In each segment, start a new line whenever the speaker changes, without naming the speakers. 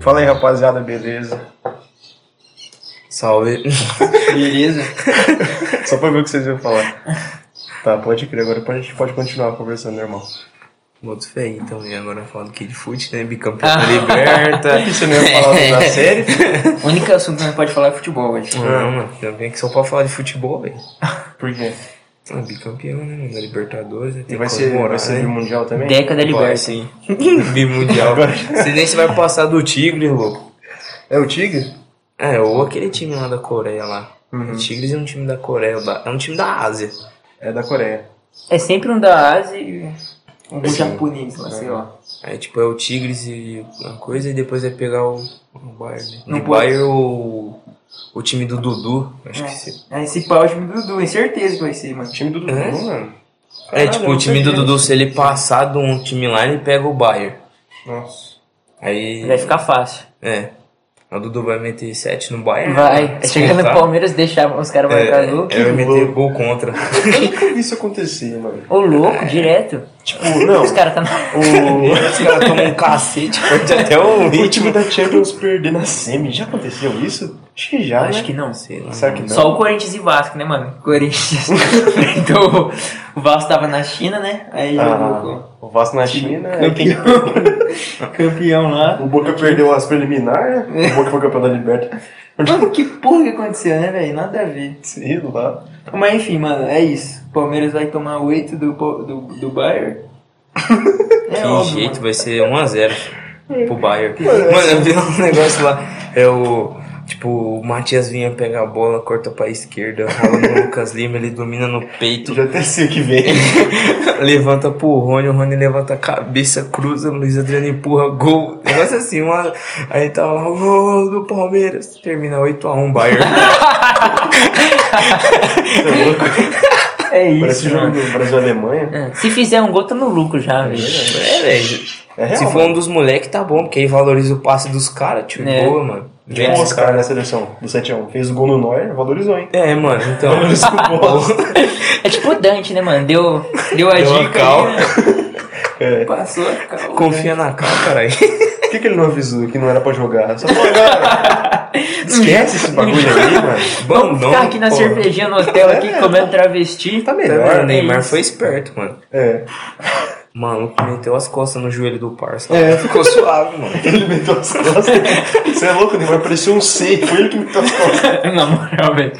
Fala aí, rapaziada, beleza?
Salve.
Beleza?
Só pra ver o que vocês iam falar. Tá, pode crer, agora a gente pode continuar conversando, normal.
Muito fé, então, e agora falando aqui de fute, né? Bicampeão
Ah.
da liberta.
Você não ia falar da série?
O único assunto que nós pode falar é futebol hoje.
Não, mano, também que só pode falar de futebol, velho.
Por quê?
Ah, bicampeão, né, mano? Da Libertadores, né? Tem
E
que
vai ser,
comemorar,
vai ser
né?
mundial também?
Década liberta.
sim. Bimundial.
Agora-
Você nem se vai passar do Tigre, louco.
É o Tigre?
É, ou aquele time lá da Coreia lá.
Uhum.
O Tigres é um time da Coreia, da- é um time da Ásia.
É da Coreia.
É sempre um da Ásia e um do
Sim.
japonês, lá, sei lá.
É tipo, é o Tigres e uma coisa, e depois vai pegar o, o Bayern. Né?
Não
E o
pode.
Bayern o, o time do Dudu, acho
É.
que sim.
Aí se pá, o time do Dudu, é certeza que vai ser, mano.
O time do Dudu,
É?
mano.
É,
Caralho,
tipo,
eu
o time do
perdi.
Dudu, se ele passar de um time lá, ele pega o Bayern.
Nossa.
Aí,
Vai ficar fácil.
é. O Dudu vai meter 7 no Bayern. né?
Vai. É Chegando tá no
Descontar.
Palmeiras, deixar os caras marcar gol.
tá. É, é, vai meter gol contra.
Eu nunca vi isso acontecer, mano.
Ô louco, direto.
Tipo, não.
Os caras tá na.
O,
Os caras tomam um cacete, perde até um
o time da Champions perder na semi, já aconteceu isso? Acho que já,
Acho
né?
que não.
Sei lá.
Será que não?
Só o Corinthians e Vasco, né, mano? Corinthians. então, o Vasco tava na China, né? Aí
Ah,
jogou com
o Vasco na China, é quem
campeão. campeão lá.
O Boca perdeu as preliminares, né? O Boca foi campeão da Liberta. Tipo,
Mano, que porra que aconteceu, né, velho? Nada a ver.
Sei lá.
Mas enfim, mano, é isso. Palmeiras vai tomar 8 do, Po- do, do Bayern.
Que
É óbvio,
jeito,
mano. É.
vai ser 1x0 pro Bayern. Mano, eu vi um negócio lá. É o. Tipo, o Matias vinha pegar a bola, corta pra esquerda, rola no Lucas Lima, ele domina no peito,
Já até sei o que vem.
levanta pro Rony, o Rony levanta a cabeça, cruza, o Luiz Adriano empurra, gol. Negócio assim, uma... aí tava lá, gol do Palmeiras, termina 8x1 Bayern.
É
Parece
isso,
o jogo
mano.
do Brasil e Alemanha.
É, Se fizer um gol, tá no lucro já, velho.
É, velho.
É real.
Se for um dos moleques, tá bom, porque aí valoriza o passe dos caras, tio.
É.
Boa, mano.
Vem o Tipo, Oscar na seleção do 7x1. Fez o gol no Neuer, valorizou, hein?
É, mano, então.
É tipo o Dante, né, mano? Deu, deu a
Deu a
dica.
cal.
aí, né?
É.
Passou a calma.
Confia na cal, caralho.
Por que, que ele não avisou que não era pra jogar? Só falou, galera, esquece esse bagulho aí, mano.
Vamos
Ficar aqui na cervejinha no hotel aqui,
É,
comendo travesti.
Tá melhor,
Cara, o
né?
É, Neymar foi esperto, mano.
É.
O maluco meteu as costas no joelho do parça.
É.
Ficou suave, mano.
Ele meteu as costas. Você é louco, Neymar? Parecia um C. Foi ele que meteu as costas.
Na moral, velho.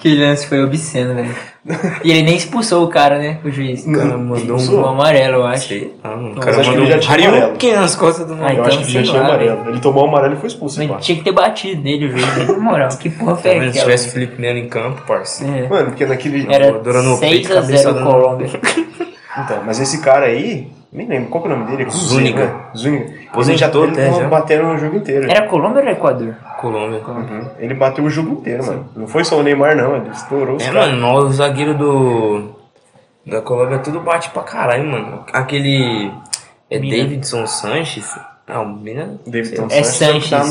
Que lance foi obsceno, velho. E ele nem expulsou o cara, né? O juiz.
O cara mandou um...
Expulsou?
O amarelo, eu acho.
Sei lá, mano. O
mas
cara
acho que
mandou
ele já
um
tinha amarelo.
Hariuken nas costas do
Ah,
maluco.
Eu acho que ele já
sei
tinha
lá,
amarelo. Ele tomou o amarelo e foi expulso. pá.
Mas tinha que ter batido nele o juiz, né? Na moral, que porra foi
Talvez Tá se
aquela?
tivesse o Felipe Melo em campo, parça.
É.
Mano, porque naquele.
Era
Dora no peito,
6x0
cabeçada no-
Colômbia.
Então, mas esse cara aí, nem lembro qual que é o nome dele. Com Z,
Zúñiga.
né? Zúñiga. Ele já
Aposentou
ele
até,
tava
já.
batendo o jogo inteiro.
Era Colômbia ou era Equador?
Colômbia.
Uhum. Ele bateu o jogo inteiro, mano. Não foi só o Neymar, não. Ele estourou os
É,
caras.
mano, o zagueiro do. Da Colômbia tudo bate pra caralho, mano. Aquele. É
Mina.
Davidson Sanches? Não, Mina.
Davidson
É
Sanches,
Sanches.
tá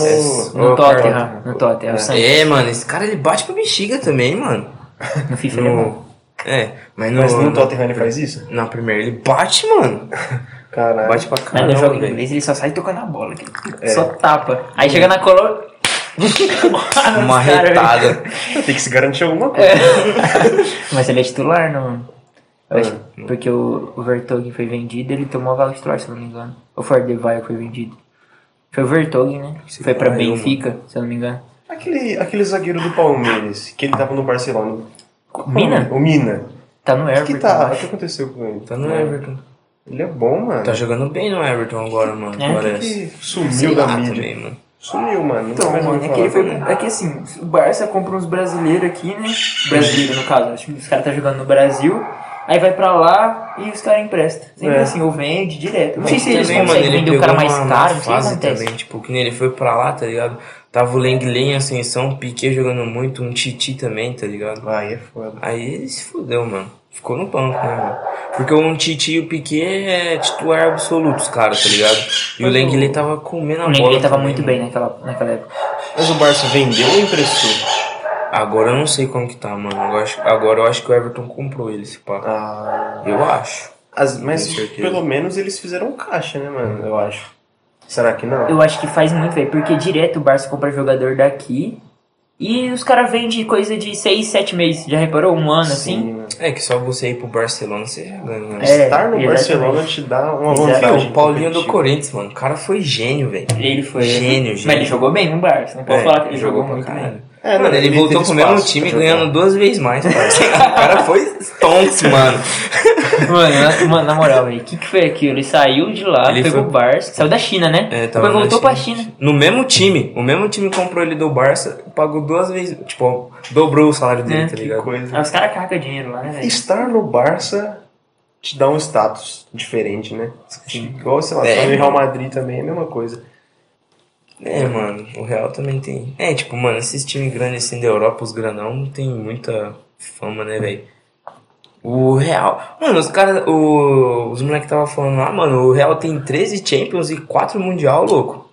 no-
No
Oh,
Tottenham. No Tottenham. o Sanches.
É, mano, esse cara ele bate pra bexiga também, mano.
No FIFA ele é bom.
No... É, mas no.
Mas não o
na-
Tottenham ele faz isso?
Na primeira ele bate, mano.
Caralho.
Bate pra
Mas no
caralho.
jogo
velho.
inglês ele só sai tocando a bola. que- Só tapa. Aí chega na Colômbia...
Uma retada.
Tem que se garantir alguma coisa.
É. Mas ele é titular, não? Eu acho-
É.
Porque o, o Vertonghen foi vendido, ele tomou a vaga de titular, se eu não me engano. Ou foi o Devaio que foi vendido? Foi o Vertonghen, né?
Esse
foi pra
cara é um-
Benfica, se eu não me engano.
Aquele, aquele zagueiro do Palmeiras, que ele tava no Barcelona.
Mina?
O Mina.
Tá no
O que
Everton.
tá?
eu
O que
acho.
aconteceu com ele?
É Tá no Everton.
Ele é bom, mano.
Tá jogando bem no Everton agora, mano.
É,
parece.
que sumiu
Sei
da
lá
mídia.
também, mano.
Sumiu, mano. Nunca
Então,
mais
mano,
ouvi
é que, ele
falar.
foi,
né?
é que assim, o Barça compra uns brasileiros aqui, né?
Brasileiro, no caso. Acho que os caras tá jogando no Brasil, aí vai pra lá e os caras emprestam. Sempre
É.
assim, ou vende direto. Não sei se eles
Também,
conseguem vender o
pegou
cara mais
uma-
caro, não
uma
sei é. o que
fase
acontece.
também, tipo, que nem ele foi pra lá, tá ligado? Tava o Lenglen em ascensão, o Piquet jogando muito, um Titi também, tá ligado?
Vai, é foda.
Aí ele se fudeu, mano. Ficou no banco, né, mano? Porque o Titi e o Piquet é titular absoluto, os caras, tá ligado? E o
Mas o-
Lenglen tava comendo a
O
bola.
Lenglet tava
também,
muito
mano.
bem naquela, naquela época.
Mas o Barça vendeu ou emprestou?
Agora eu não sei como que tá, mano. Eu acho- agora eu acho que o Everton comprou ele, esse pá.
Ah,
Eu acho.
as- mas
Com certeza.
é. pelo menos eles fizeram caixa, né, mano? Eu acho. Será que não?
Eu acho que faz muito, velho, porque direto o Barça compra jogador daqui e os caras vendem coisa de 6, 7 meses. Já reparou? Um ano, assim?
né?
É que só você ir pro Barcelona você já ganha. né?
É,
Estar no
exatamente.
Barcelona te dá uma
Exato.
Meu,
vantagem.
o Paulinho do
competitiva.
Corinthians, mano. O cara foi gênio, velho.
Ele foi.
Gênio,
Mas
gênio.
ele jogou bem no Barça. Não pode
É,
falar que ele jogou, muito
pra
bem.
caralho.
É,
Mano, ele, voltou
teve
pro mesmo
espaço tá
time
pra jogar.
ganhando duas vezes mais, parceiro. o cara foi stonks, mano.
Mano, na, mano, na moral, velho, o que, que foi aquilo? Ele saiu de lá,
Ele
foi, pro
foi-
Barça, saiu da China, né?
É, tava
Depois
na
voltou
China.
pra China.
No mesmo time. O mesmo time comprou ele do Barça, pagou duas vezes. Tipo, dobrou o salário dele,
É,
tá
Que
ligado?
coisa.
Ah, os caras carregam dinheiro lá, né, velho?
Estar no Barça te dá um status diferente, né? Igual, sei lá,
É.
estar no Real Madrid também é a mesma coisa.
É, mano, o Real também tem. É, tipo, mano, esses times grandes assim da Europa, os granão, não tem muita fama, né, velho? O Real. Mano, os caras. o- Os moleques tava falando lá, mano, o Real tem 13 Champions e 4 Mundial, louco.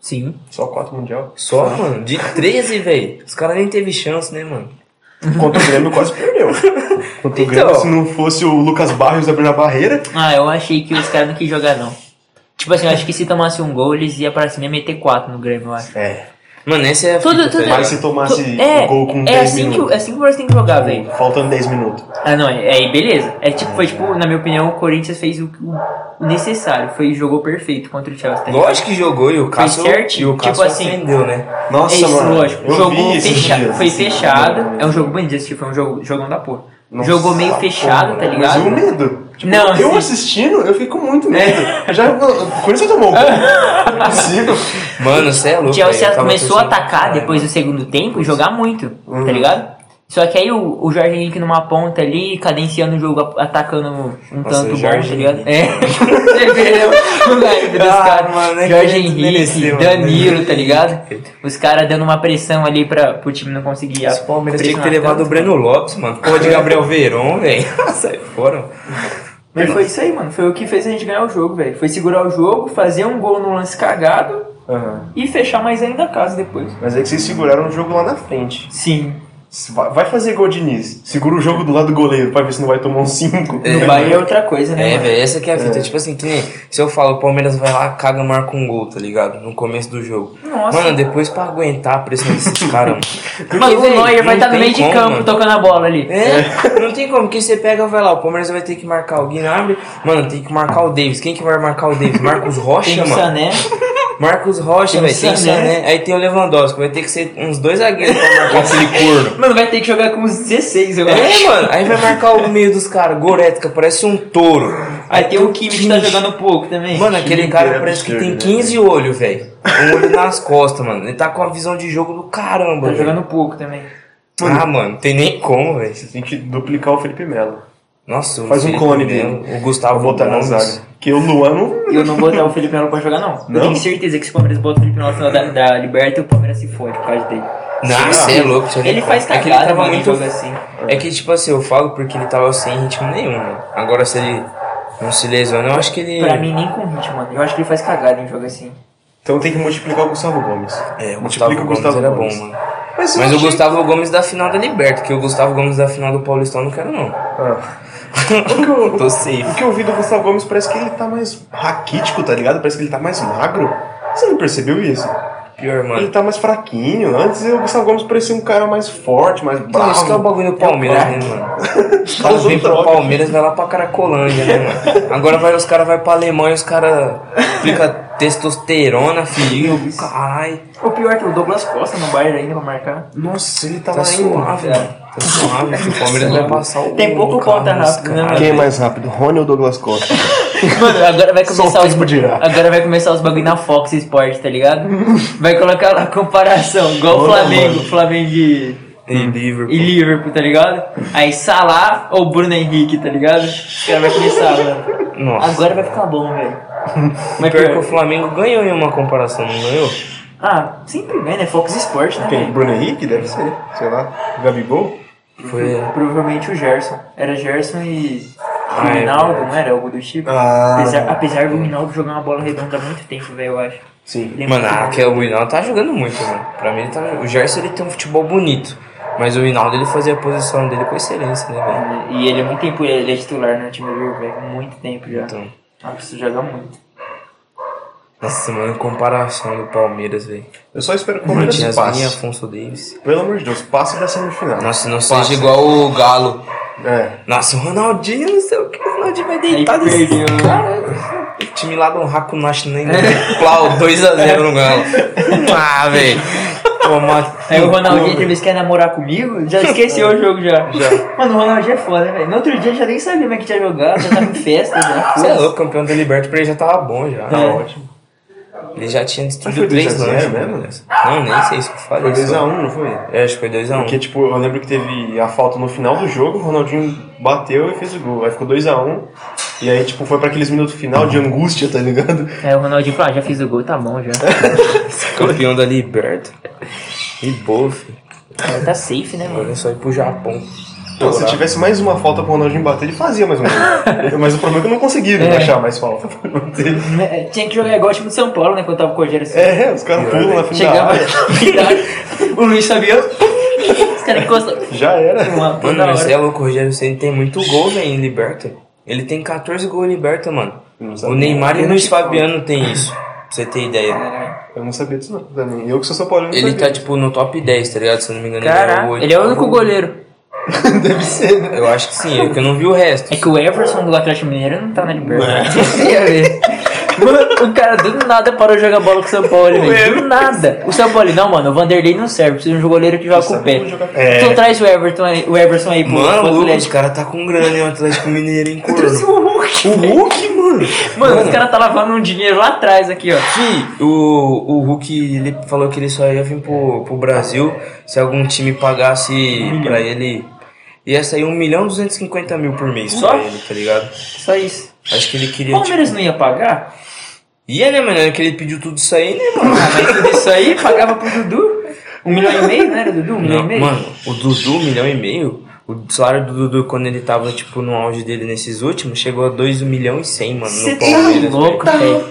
Sim.
Só quatro mundial.
Só, mano, de 13, velho. Os caras nem teve chance, né, mano?
Contra o Grêmio quase perdeu. Contra o
Então.
Grêmio, se não fosse o Lucas Barrios abrindo a barreira,
Ah, eu achei que os caras não quis jogar, não. Tipo assim, eu acho que se tomasse um gol, eles iam pra cima e meter 4 no Grêmio, eu acho.
é.
Mano, essa é a
Tudo-
fita, tá
tudo-
ligado?
Mas se tomasse
Tu- é,
um gol com
é
10
assim, que,
minutos,
o- é assim que o Barça tem que jogar, velho.
faltando 10 minutos.
Ah, não, é, aí beleza. É tipo, foi tipo, na minha opinião, o Corinthians fez o, o necessário. Foi jogou perfeito contra o Chelsea. tá ligado?
Lógico que jogou e o Cássio,
certinho,
e o
tipo
Cássio
assim.
acendeu, né?
Nossa,
é isso,
mano.
lógico.
eu
jogou
vi esses
fechado.
dias.
Foi fechado. É um jogo bonito, tipo, foi um jogo, jogão da porra.
Nossa,
jogou meio fechado,
porra,
tá ligado?
Mas e o medo? Tipo,
Não,
eu
assim-
assistindo, eu fico com muito medo. Eu Já, quando você tomou o gol, não é possível.
Mano, você é louco.
O
velho, eu
Chelsea
tava assim, Uhum.
começou a
torcendo pra
atacar
caralho,
depois do segundo tempo e jogar muito, tá ligado? Só que aí o, o Jorge Henrique numa ponta ali, cadenciando o jogo, a- atacando um
Nossa,
tanto bom,
o Jorge
tá ligado?
Henrique.
É. Você entendeu? O hype dos
Ah,
caras.
mano, é que
Jorge Henrique,
desmereceu, né?
Danilo,
mano.
tá ligado? Os caras dando uma pressão ali pra, pro time não conseguir.
Os Palmeiras tinha que ter
pressionar
levado
tanto.
o Breno Lopes, mano. Porra de Gabriel Veron, velho. Sai fora.
Mas foi isso aí, mano. Foi o que fez a gente ganhar o jogo, velho. Foi segurar o jogo, fazer um gol no lance cagado
Aham.
e fechar mais ainda a casa depois.
Mas é que vocês seguraram o jogo lá na frente.
Sim.
Vai vai fazer gol Diniz. Segura o jogo do lado do goleiro pra ver se não vai tomar um 5.
É,
No Bahia é outra coisa, né,
É,
mano?
velho, essa que é a fita.
É.
Tipo assim, que nem se eu falo, o Palmeiras vai lá, caga, marca um gol, tá ligado? No começo do jogo.
Nossa.
Mano, depois pra aguentar a pressão desses caras, mano. Porque,
Mano, o
velho,
Neuer vai
não
estar no
tem
meio de
como,
campo
mano.
tocando a bola ali.
É, não tem como, porque você pega, vai lá, o Palmeiras vai ter que marcar o Guinabri, mano, tem que marcar o Davis. Quem que vai marcar o Davis? Marcos Rocha,
Tem o
mano.
Sané.
Marcos
Tem
Rocha,
né? o
velho, tem o
Sané.
Sané. Aí tem o Lewandowski, vai ter que ser uns dois zagueiros pra marcar aquele corno.
Mano, vai ter que jogar com os 16, eu acho.
É, mano, aí vai marcar o meio dos caras, Goretzka, parece um touro.
Aí tem o Kimmich É? que tá jogando pouco também.
Mano, aquele
Kimmich
cara
é
parece que tem
absurdo, né,
15 olhos, velho. Um olho nas costas, mano. Ele tá com uma visão de jogo do caramba,
Tá
velho.
jogando pouco também.
Ah, mano, tem nem como, velho.
Tem que duplicar o Felipe Melo.
Nossa, o
Faz um
Felipe
clone
Melo, O Gustavo
Pra botar na
Gomes.
zaga. Porque o Luan não.
E eu não botar o Felipe Melo pra jogar, não.
Não?
Eu tenho certeza que se o Palmeiras bota o Felipe Melo na final da, da Liberta, o Palmeiras se fode por causa dele.
Não, você é louco. você
Ele
nem
faz
fala. É que
cagada,
ele tava
mano, em
muito
jogo assim.
É que, tipo assim, eu falo porque ele tava sem ritmo nenhum, né? Agora, se ele não se lesiona, eu acho que ele...
Pra mim, nem com ritmo, mano. Eu acho que ele faz cagada em jogo assim.
Então tem que multiplicar o Gustavo Gomes.
É, o
Multiplica
Gustavo
o Gustavo
Gomes era
Gomes.
bom, mano.
Mas, eu
Mas o
achei-
Gustavo Gomes da final da Liberta, que o Gustavo Gomes da final do Paulistão eu não quero, não.
Ah. o, que eu,
Tô safe.
o que eu vi do Gustavo Gomes parece que ele tá mais raquítico, tá ligado? Parece que ele tá mais magro. Você não percebeu isso?
Pior, mano.
Ele tá mais fraquinho. Antes o Gustavo Gomes parecia um cara mais forte, mais
Então, isso que é o
bravo.
bagulho do Palmeiras, né, mano? Os caras vêm pro
Zootrópico.
Palmeiras, vai lá pra Caracolândia, né, mano? Agora vai, os caras vão pra Alemanha, os caras ficam testosterona, filho, caralho.
O pior é que o Douglas Costa no Bayern ainda pra marcar.
Nossa, ele
Tá
tava
suave, mano. Tá suave, filho. O Palmeiras vai passar o
é. Tem pouco
o carro
ponta
nos
rápido, né,
caras.
Quem é mais rápido, Rony ou Douglas Costa?
Mano, agora vai
Só o
começar os.
tempo dirá.
Agora vai começar os bagulho na Fox Sport, tá ligado? Vai colocar lá comparação, igual o
Olha,
Flamengo,
mano.
Flamengo e,
E Liverpool.
e Liverpool, tá ligado? Aí Salah ou Bruno Henrique, tá ligado? Os caras vai começar, mano.
Nossa.
Agora vai ficar bom, velho.
Mas pior que o Flamengo ganhou em uma comparação, não ganhou?
Ah, sempre ganha, né? Fox Sport, né?
Quem?
velho?
Bruno Henrique? Deve ser. Sei lá. Gabigol?
Foi.
Provavelmente o Gerson. Era Gerson e o
é
Rinaldo,
verdade.
não era? Algo do tipo.
Ah.
Apesar, apesar do Rinaldo jogar uma bola redonda há muito tempo, velho, eu acho.
Sim.
Ele é
Mano,
muito bom.
ah, que o Rinaldo tá jogando muito, mano. Pra mim, ele tá... o Gerson ele tem um futebol bonito. Mas o Rinaldo ele fazia a posição dele com excelência, né, velho?
E ele é muito tempo, ele é titular no time do Liverpool, velho. Muito tempo já.
Então.
Ah, precisa jogar muito.
Essa semana, comparação do Palmeiras, velho.
Eu só espero que o
Matias
Palmeiras
Vinha,
passe.
Afonso Davis.
Pelo amor de Deus, passe da semifinal.
Nossa, não
Passa.
seja igual o Galo.
É.
Nossa, o Ronaldinho, não sei o que. O Ronaldinho vai
Aí
deitar desse
perdeu.
O time lá do Hakunashi nem
É.
plau 2x0 no Galo. Ah, velho. Tomar
Aí o
no cu,
Ronaldinho
velho.
teve que quer namorar comigo, já esqueceu o jogo já.
Já.
Mano, o Ronaldinho é foda, velho. No outro dia já nem sabia como é que tinha jogado, já tava em festa, já.
Você é louco, campeão da Liberta pra ele já tava bom já.
Tá ótimo.
Ele já tinha
Mas foi
destruído três
2 a 0
lances.
mesmo? né?
mano. Não, nem sei isso que eu
Foi
falei.
2x1,
só.
não foi?
É, acho que foi 2x1.
Porque, tipo, eu lembro que teve a falta no final do jogo, o Ronaldinho bateu e fez o gol. Aí ficou 2x1. e aí, tipo, foi pra aqueles minutos final de angústia, tá ligado?
Aí o Ronaldinho falou, ah, já fiz o gol, tá bom já.
Campeão da Liberta. E boa, filho.
Cara, tá safe, né, mano?
Agora é só ir pro Japão.
Então,
tá.
se tivesse mais uma falta pro Ronaldinho bater, ele fazia mais um gol. mas o problema é que eu não conseguia
É.
achar mais falta pra bater.
É, Tinha que jogar igual o time do São Paulo, né? Quando tava com o Rogério assim.
É, os caras pulam na frente da
Chegava
área.
o Luiz sabia. Os caras encostam.
Já era.
Uma toda
Mano, mas
hora.
você é louco, o Rogério Ceni tem muito gol, velho, em Liberta. Ele tem 14 gols em Liberta, mano.
Não sabia.
O Neymar e o
Eu
Luiz
não tinha-
Fabiano tem isso. Pra você ter ideia.
Eu não sabia disso não, também. Eu que sou São Paulo, não
Ele
sabia.
tá, tipo, no top 10, tá ligado? Se eu não me engano, ele é o
Caraca,
oito.
ele é o único goleiro.
Deve ser, né?
Eu acho que sim, é que eu não vi o resto.
É que o Everson do Atlético Mineiro não tá na Libertadores. Ia ver. Mano, o cara do nada parou de jogar bola com o São Paulo, velho. Do nada. O São Paulo, não, mano, o Vanderlei não serve. Precisa de um goleiro que joga com o pé.
É.
Então traz o Everton aí, o Everson aí pro, pro
Mano, Lucas, os
Atlético.
caras tá com grana em Atlético Mineiro, hein, corno.
O Hulk.
O Hulk, mano.
Mano, os caras tá lavando um dinheiro lá atrás aqui, ó.
Fih, o, o Hulk, ele falou que ele só ia vir pro, pro Brasil se algum time pagasse
Um
pra ele. Ia sair 1 milhão e 250 mil por mês
Só?
só ele, tá ligado?
Só isso.
Acho que ele queria.
O Palmeiras não ia pagar?
Tipo... Ia, né, mano? Era que ele pediu tudo isso aí, né, mano?
Ah, mas tudo isso aí pagava pro Dudu. Um milhão e meio, não era Dudu? Um milhão e
Não,
meio?
mano, o Dudu, um milhão e meio. O salário do Dudu, quando ele tava, tipo, no auge dele nesses últimos, chegou a 2 milhão e 100, mano.
Você
No
tá
Palmeiras.
louco, velho.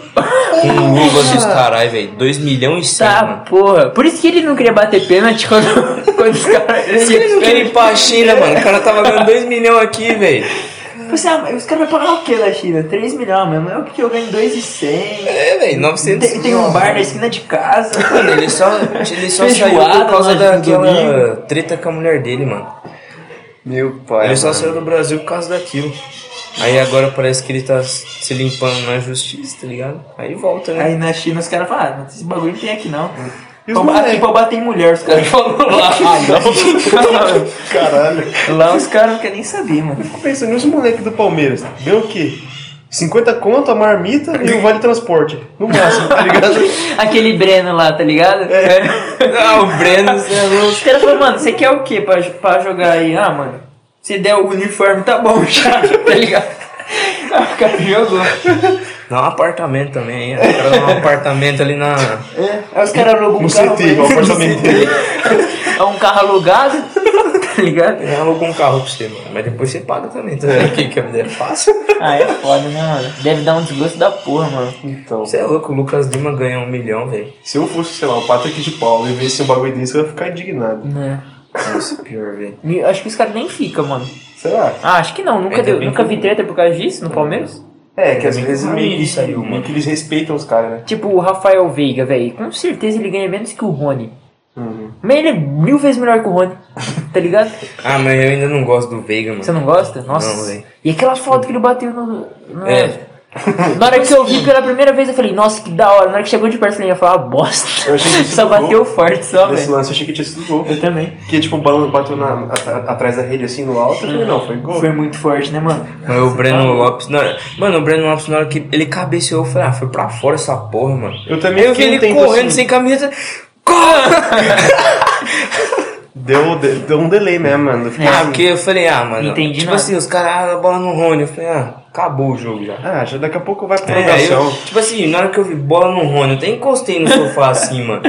Com luva dos carai, velho. 2 milhões e 100,
Tá,
mano.
porra. Por isso que ele não queria bater pênalti quando, quando os caras.
Ele não quer ir pra China, mano. O cara tava ganhando 2 milhões aqui, velho.
Você, ah, mas os caras vão pagar o que na China? 3 milhões mesmo. É o que eu ganho 2,100.
É, velho, 900
Tem, tem um bar na esquina de casa.
Mano, ele só, ele só saiu
Feijoada
por causa
na ajuda do
daquela treta com a mulher dele, mano.
Meu pai.
ele só
mano.
saiu do Brasil por causa daquilo. Aí agora parece que ele tá se limpando na justiça, tá ligado? Aí volta, né?
Aí na China os caras falam, ah, mas esse bagulho não tem aqui não.
E os
Pra-
moleque?
Aqui pra bater em mulher, os caras falam lá.
Caralho.
lá os caras não querem nem saber, mano.
Fico pensando, e os moleques do Palmeiras? Ganham o quê? 50 conto, a marmita e o vale transporte. No máximo, tá ligado?
Aquele Breno lá, tá ligado?
Ah, o Breno, você é louco.
Os caras falam, mano, você quer o quê pra, pra jogar aí? Ah, mano, se der o uniforme tá bom já, tá ligado? Ah, o cara jogou.
Dá um apartamento também, hein? O cara dá um apartamento ali na.
Aí os caras alugam um
No
carro.
CT, o apartamento dele.
É um carro alugado, tá ligado?
Já alugou um carro pra você, mano. Mas depois você paga também, tá vendo? Que, que a vida é fácil.
Ah, é foda, né, mano? Deve dar um desgosto da porra, mano.
Então,
Você é louco, o Lucas Lima ganha um milhão, velho.
se eu fosse, sei lá, o Patrick de Paulo e visse um bagulho desse, eu ia ficar indignado.
Né?
Nossa, pior, velho.
Me- Acho que os caras nem ficam, mano.
Será?
Ah, acho que não. Nunca,
Ainda
deu,
bem
nunca
que-
vi treta por causa disso no Palmeiras.
É, que às
Também
vezes
não
meio que,
isso aí, mano.
meio que eles respeitam os caras, né?
Tipo o Rafael Veiga, velho. Com certeza ele ganha menos que o Rony.
Uhum.
Mas ele é mil vezes melhor que o Rony. Tá ligado?
Ah, mas eu ainda não gosto do Veiga, mano.
Você não gosta? Nossa.
Não, velho.
e aquela foto que ele bateu no. no-
É.
Na hora que eu vi pela primeira vez, eu falei, nossa, que da hora. Na hora que chegou de perto, eu ia falar, ah, bosta.
Eu achei que isso
só
mudou.
bateu forte, só,
Nesse
velho.
lance eu achei que tinha sido gol.
Eu também.
Que tipo, o balão bateu na, at- atrás da rede assim no alto, eu falei, não, foi gol.
Foi muito forte, né, mano?
Mas o Breno Lopes, na hora- mano, o Breno Lopes na hora que ele cabeceou, eu falei, ah, foi pra fora essa porra, mano.
Eu também
eu vi
não
É ele
entendo,
correndo
assim.
sem camisa. Corre!
Deu, de- deu um delay mesmo, mano. Eu fiquei,
ah, porque eu falei, ah, mano.
É. Entendi
tipo
nada.
assim, os caras, ah, a bola no Rony. Eu falei, ah, acabou o jogo já.
Ah, já daqui a pouco vai pra
É,
prorrogação.
então.
eu, tipo assim, na hora que eu vi bola no Rony, eu até encostei no sofá assim, mano.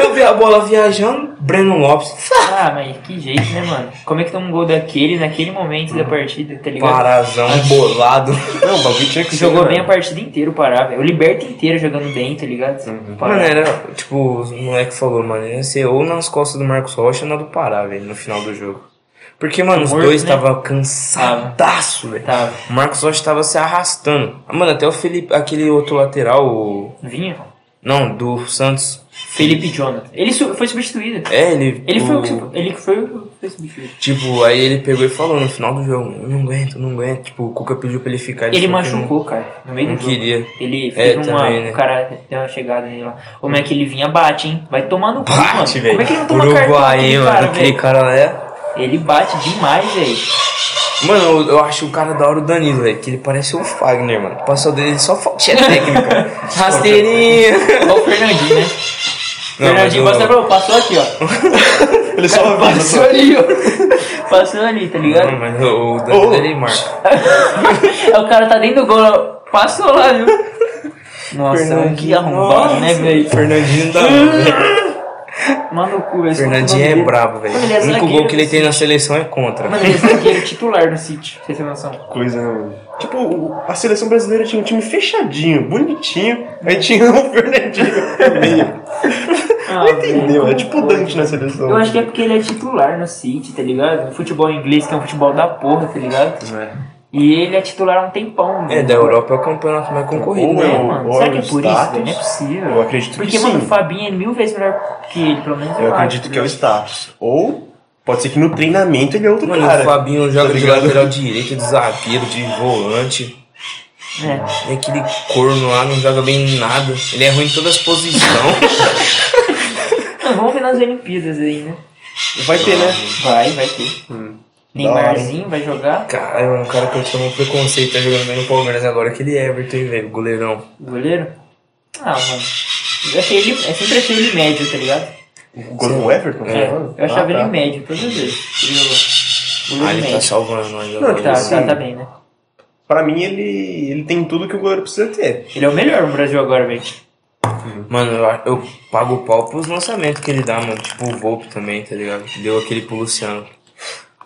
Eu vi a bola viajando, Breno Lopes.
Ah, mas que jeito, né, mano? Como é que toma um gol daquele naquele momento da partida, tá ligado?
Parazão, bolado.
Não, o bagulho tinha que ser.
Jogou
mano.
bem a partida inteira, o Pará, velho. O Liberta inteiro jogando bem, tá ligado?
Uhum.
O Pará.
Mano, era, tipo, os moleques falou, mano, ia ser ou nas costas do Marcos Rocha ou na do Pará, velho, no final do jogo. Porque, mano, os
Morto,
dois
né?
tava cansadaço, velho.
Tava.
O Marcos Rocha tava se arrastando. Ah, Mano, até o Felipe, aquele outro lateral, o...
Vinha?
Não, do Santos.
Felipe Jonathan. Ele su- foi substituído.
É, ele...
Ele foi o que
o-
su- ele que foi o que foi substituído.
Tipo, aí ele pegou e falou no final do jogo, eu não aguento, eu não aguento. Tipo, o Cuca pediu pra ele ficar.
Ele
falou que não-
machucou, cara. No meio
não
do jogo.
queria.
Ele
É,
fez uma.
também, né?
O cara deu uma chegada nele lá. Como é que ele vinha, bate, hein? Vai tomar no cu, mano.
Bate, velho.
Como é que ele não toma cartão
Uruguai,
aquele
mano,
cara,
aquele
velho?
cara lá é...
Ele bate demais, velho.
Mano, eu, eu acho o cara da hora o Danilo, velho, que ele parece o Fagner, mano. Passou dele só faltinha técnica. Rasteirinha.
Igual o Fernandinho, né?
Não,
Fernandinho
mas eu-
passou, pra- passou aqui, ó.
Ele só vai
Passou ali, ó. Passou ali, tá ligado?
Não, mas o, o Danilo, é
Ô.
ele marca.
Aí o cara tá dentro do gol, ó. Passou lá, viu? Nossa,
Fernandinho,
que arrombado, né,
nossa.
velho?
Fernandinho da hora, velho.
Mano, cu, velho.
Fernandinho é brabo, velho.
Mano, ele é
O único
zagueiro
gol que ele
do
tem na seleção é contra.
Mano, ele é zagueiro titular no City, pra vocês terem noção.
coisa, né, mano? Tipo, o- a seleção brasileira tinha um time fechadinho, bonitinho, aí tinha um o Fernandinho no meio.
Ah,
Não entendeu? É
velho,
tipo o
como
Dante na seleção.
Eu acho que é porque ele é titular no City, tá ligado? No futebol inglês, que é um futebol da porra, tá ligado? E ele é titular há um tempão,
É,
velho.
da Europa é o campeonato mais concorrido,
Ou é
né?
o-
Mano,
ou
será
é
que é
o
por isso,
status?
velho? Não é possível.
Eu acredito
Porque,
que
mano,
sim.
o Fabinho é mil vezes melhor que ele, pelo menos. tá
Eu acredito
né?
que é o status. Ou pode ser que no treinamento ele é outro
Mano,
cara. tá
o Fabinho joga de
ligado?
lateral direito, de zagueiro, de volante.
acho. É.
E aquele corno lá não joga bem em nada. Ele é ruim em todas as posições.
É. Mano, vamos ver nas Olimpíadas aí, né?
Vai ter, né? Hum.
Vai, vai ter. Neymarzinho vai jogar.
Cara, um cara que eu chamo preconceito tá jogando bem no Palmeiras agora, aquele Everton, hein, velho, goleirão.
Goleiro. Ah, mano. Eu, achei ele, eu sempre achei ele médio, tá ligado?
O gol do Everton?
É.
tá falando?
Eu achava
Ah, tá.
ele médio todas as vezes. Eu,
Ah, ele tá
médio.
salvando nós
Não,
agora.
Tá,
assim.
tá, tá bem, né?
Pra mim, ele, ele tem tudo que o goleiro precisa ter.
Ele é o melhor no Brasil agora, velho.
Mano, eu, eu pago o pau pros lançamentos que ele dá, mano. Tipo o Volpe também, tá ligado? Deu aquele pro Luciano.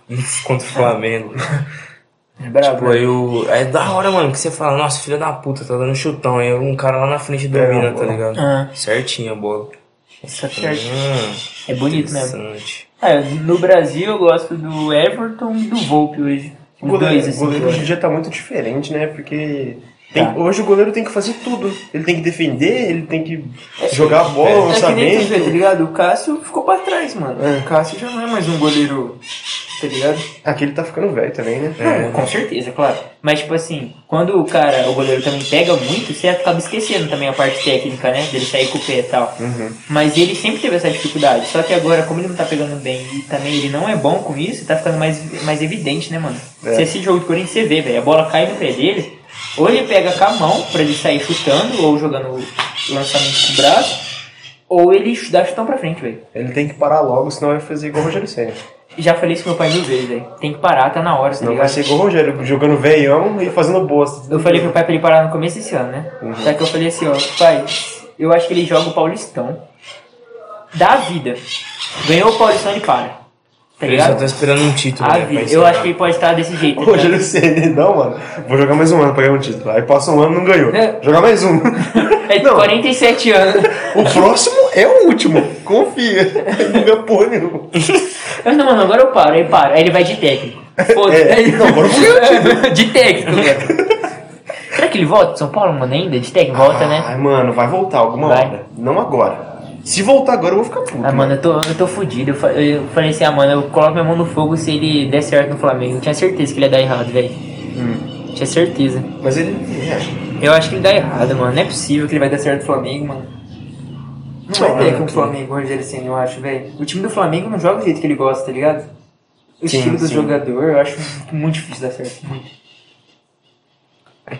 Contra o Flamengo.
É brabo.
Pô, eu. É da hora, mano, que você fala, nossa, filha da puta, tá dando chutão. Aí um cara lá na frente
É,
domina,
Pega a
tá
bola.
ligado?
Ah,
Certinho a bola.
isso é certo.
Hum,
É bonito mesmo.
interessante.
É, no Brasil eu gosto do Everton e do Volpe hoje.
O
Os
goleiro,
dois, assim.
o goleiro
que eu
hoje em dia tá muito diferente, né? Porque tem-
Tá.
hoje o goleiro tem que fazer tudo. Ele tem que defender, ele tem que jogar a bola,
É.
É que nem tu vê, tá
lançamento.
ligado? O Cássio ficou pra trás, mano. O Cássio já não é mais um goleiro, tá ligado? É.
Aqui ele tá ficando velho também, né?
Não, com certeza, claro. Mas, tipo assim, quando o cara, o goleiro também pega muito, você acaba esquecendo também a parte técnica, né? Dele sair com o pé e tal.
Uhum.
Mas ele sempre teve essa dificuldade. Só que agora, como ele não tá pegando bem e também ele não é bom com isso, tá ficando mais, mais evidente, né, mano?
É.
Se esse jogo do Corinthians você vê, velho, a bola cai no pé dele, ou ele pega com a mão pra ele sair chutando, ou jogando o lançamento com o braço, ou ele dá chutão pra frente, velho.
Ele tem que parar logo, senão vai fazer igual o Rogério Senna.
Já falei isso pro meu pai mil vezes, velho. Tem que parar, tá na hora, tá
Senão vai
ligado?
ser igual o Rogério, jogando veião e fazendo bosta.
Eu falei pro pai pra ele parar no começo desse ano, né?
Uhum.
Só que eu falei assim, ó, pai, eu acho que ele joga o Paulistão. Da vida. Ganhou o Paulistão, ele para. Tá
Ele só tá
ligado?
esperando um título,
A
né, pra
vida. Eu
encerrar.
acho que ele pode estar desse jeito.
O
tá ligado?
Rogério Senna, não, mano. Vou jogar mais um ano pra ganhar um título. Aí passa um ano não ganhou.
É.
Jogar mais um.
É de
Não.
47 anos.
O próximo é o último. Confia. Não ganha porra nenhuma.
Mas não, mano, agora eu paro, aí paro. Aí ele vai de técnico. Foda-se.
É,
Aí-
não, agora eu vou
de técnico, velho. Será que ele volta de São Paulo, mano, ainda? De técnico? Volta, né?
Ai, mano, vai voltar alguma
Vai.
hora. Não agora. Se voltar agora, eu vou ficar puto.
Ah, mano, eu tô, eu tô fudido. Eu fa- Eu falei assim, ah, mano, eu coloco minha mão no fogo se ele der certo no Flamengo. Eu tinha certeza que ele ia dar errado, velho.
Hum.
Tinha certeza.
Mas ele. É.
Eu acho que ele dá errado, mano. Não é possível que ele vai dar certo no Flamengo, mano. Não vai
Não,
ter
né,
com o Flamengo, o Rogério Senna, eu acho, velho. O time do Flamengo não joga do jeito que ele gosta, tá ligado? O
Sim,
estilo do
sim.
jogador, eu acho muito difícil dar certo. Muito.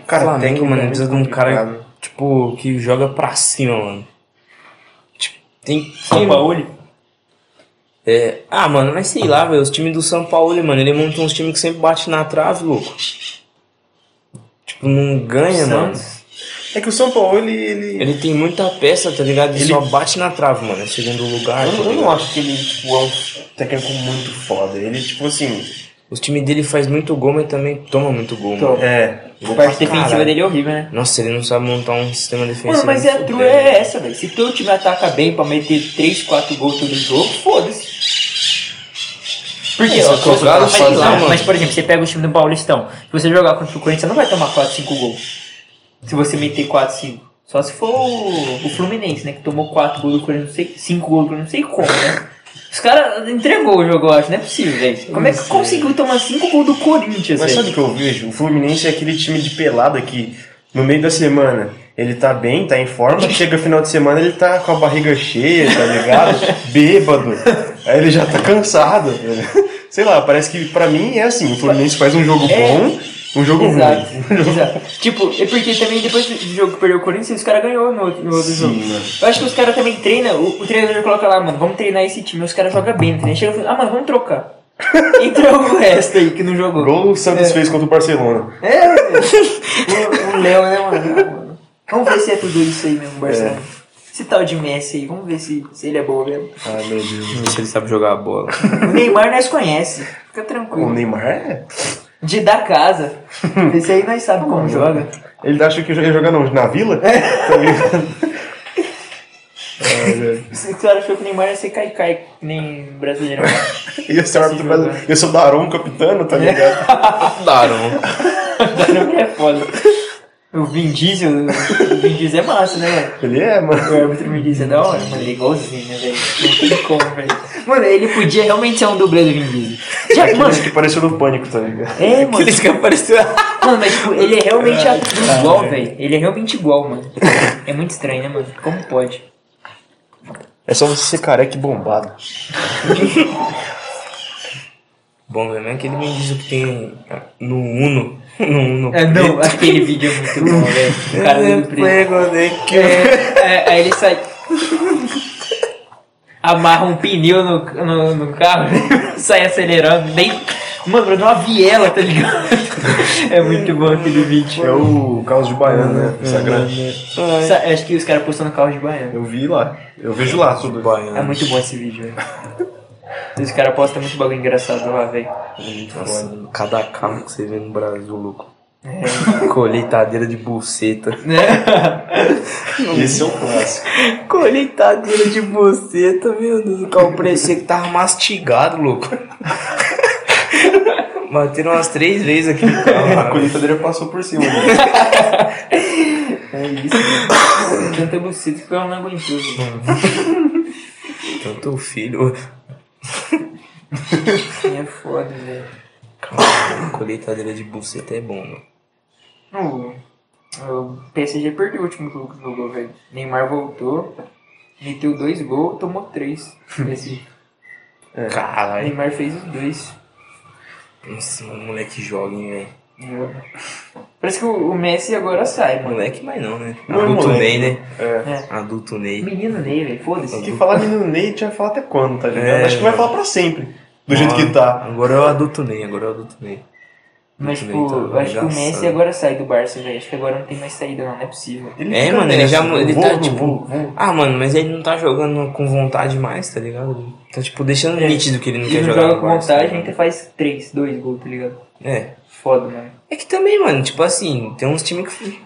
Cara,
Flamengo,
tem que
mano, precisa de um cara,
complicado.
tipo, que joga pra cima, mano. Tipo, tem que. É, ah, mano, mas sei lá, velho. Os times do São Paulo, mano, ele montou uns times que sempre bate na trave, louco. Tipo, não ganha, mano.
Santos.
É que o São Paulo, ele. ele...
Ele tem muita peça, tá ligado? Ele,
Ele-
só bate na trave, mano. É segundo lugar.
Eu,
tá
eu não
ligado?
acho que ele tipo, é um técnico muito foda. Ele, tipo assim.
Os times dele faz muito gol, mas também toma muito gol,
Toma.
mano.
É.
A parte
pra
defensiva
caralho.
dele é horrível, né?
Nossa, ele não sabe montar um sistema defensivo.
Mano, mas
nem
a true
fudendo.
é essa, velho. Se teu time ataca bem pra meter 3, 4 gols todo jogo, foda-se. Porque se
É, eu
fosse-
acho que os caras
mas,
fazem,
lá,
mano.
mas, por exemplo, você pega o time do Paulistão. Se você jogar contra o Corinthians, você não vai tomar 4, 5 gols. Se você meter 4, 5. Só se for o, o Fluminense, né? Que tomou 4 gols do Corinthians, não sei, 5 gols do Corinthians, não sei como, né? Os caras entregou o jogo, eu acho. Não é possível, velho. Como é que conseguiu tomar 5 gols do Corinthians,
Mas sabe
velho?
o que eu vejo? O Fluminense é aquele time de pelada que no meio da semana ele tá bem, tá em forma, chega o final de semana ele tá com a barriga cheia, tá ligado? Bêbado. Aí ele já tá cansado. velho. Sei lá, parece que pra mim é assim, o Fluminense faz um jogo
É.
bom, um jogo
Exato,
ruim.
exato. Tipo, é porque também depois do jogo que perdeu o Corinthians, os caras ganhou no outro, no outro jogo.
mano.
Eu acho que os caras também treinam, o, o treinador coloca lá, mano, vamos treinar esse time, os caras jogam bem, né? Chega e fala, ah, mano, vamos trocar. E troca o resto aí que não jogou.
Igual o Santos fez contra o Barcelona.
É, velho. o o Léo, né, mano? Ah, mano? Vamos ver se é tudo isso aí mesmo, Barcelona. Esse tal de Messi aí, vamos ver se, se ele é bom mesmo.
Ai, meu Deus.
Não sei se ele sabe jogar a bola.
O Neymar nós conhece, fica
O
tranquilo.
Neymar é.
De da casa. Esse aí nós sabe como joga.
Ele acha que ia jogar não, na vila?
É.
Tá ligado? Ai, velho.
Esse cara achou que o Neymar ia ser caicai, que nem brasileiro. né?
E esse árbitro brasileiro. Eu sou Daron, capitano, tá ligado?
Daron.
Não é foda. O Vin Diesel, o Vin Diesel é massa, né, velho?
Ele é,
O
mano.
árbitro Vin Diesel é da hora, mano. Ele é igualzinho, né, velho? Não tem como, velho. Mano, ele
Podia realmente ser um dublê do Vin Diesel.
É
Já, mano,
Mano, que pareceu no pânico, tá ligado?
É, mano.
Aqueles que apareceu.
Mano, mas tipo, ele é realmente a- igual, velho. Ele é realmente igual, mano. É muito estranho, né, mano? Como pode?
É só você ser careca e bombado.
Bom, mesmo é aquele menino que tem no Uno. No Uno.
É, não, É, aquele vídeo é muito bom, velho. O cara do preto. É, aí ele sai. Amarra um pneu no, no, no carro, sai acelerando, bem. Mano, Bruno, uma viela, tá ligado? É muito bom aquele vídeo.
É o Carlos de Baiano, né?
É,
Instagram.
né?
Sa- Acho que os caras postam no carro de Baiano.
Eu vi lá. Eu vejo lá tudo.
É muito bom esse vídeo, velho. Os caras postam muito bagulho engraçado lá, velho.
Nossa, cada carro que você vê no Brasil, louco.
É,
Colheitadeira de buceta.
né?
Esse é o clássico.
Colheitadeira de buceta, meu Deus. O carro parecia que tava mastigado, louco. Bateram umas três vezes aqui no
A
carro.
colheitadeira passou por cima. Né?
É isso, né? mano. Tanta buceta que ela tipo, não aguentou, velho.
Tanto filho.
É foda, velho.
Colheitadeira de buceta é bom, mano.
O, o PSG perdeu o último jogo que jogou, velho. Neymar voltou, meteu dois gols, tomou três. Esse
Caralho.
Neymar fez os dois.
Nossa, mano, moleque joga, hein, velho.
Parece que o, o Messi agora sai, mano.
Moleque mais não, né?
Não é
Adulto
moleque.
Ney, né?
É.
Adulto Ney.
Menino Ney, velho, foda-se. Tipo,
Se falar menino Ney, a gente vai falar até quando, tá ligado?
É,
Acho que vai
mano.
falar pra sempre. Do jeito que tá.
Agora é o adulto Ney, agora é o adulto Ney.
Mas, tipo,
Muito bem, tá
eu acho que o
engraçado.
Messi agora sai do Barça, velho. Acho que agora não tem mais saída, não, não é possível.
Ele
É,
fica
mano, ele
nessa,
já-
tipo,
ele
vou,
tá,
não
tipo,
vou, vou.
Ah, mano, mas ele não tá jogando com vontade mais, tá ligado? Tá, tipo, deixando
É.
nítido que ele não
Ele
quer
não
jogar
joga
no
com né?
Barça,
vantagem,
tá
ainda faz três, dois gols, tá ligado?
ligado? É.
Foda, mano.
É que também, mano, tipo assim, tem uns times que...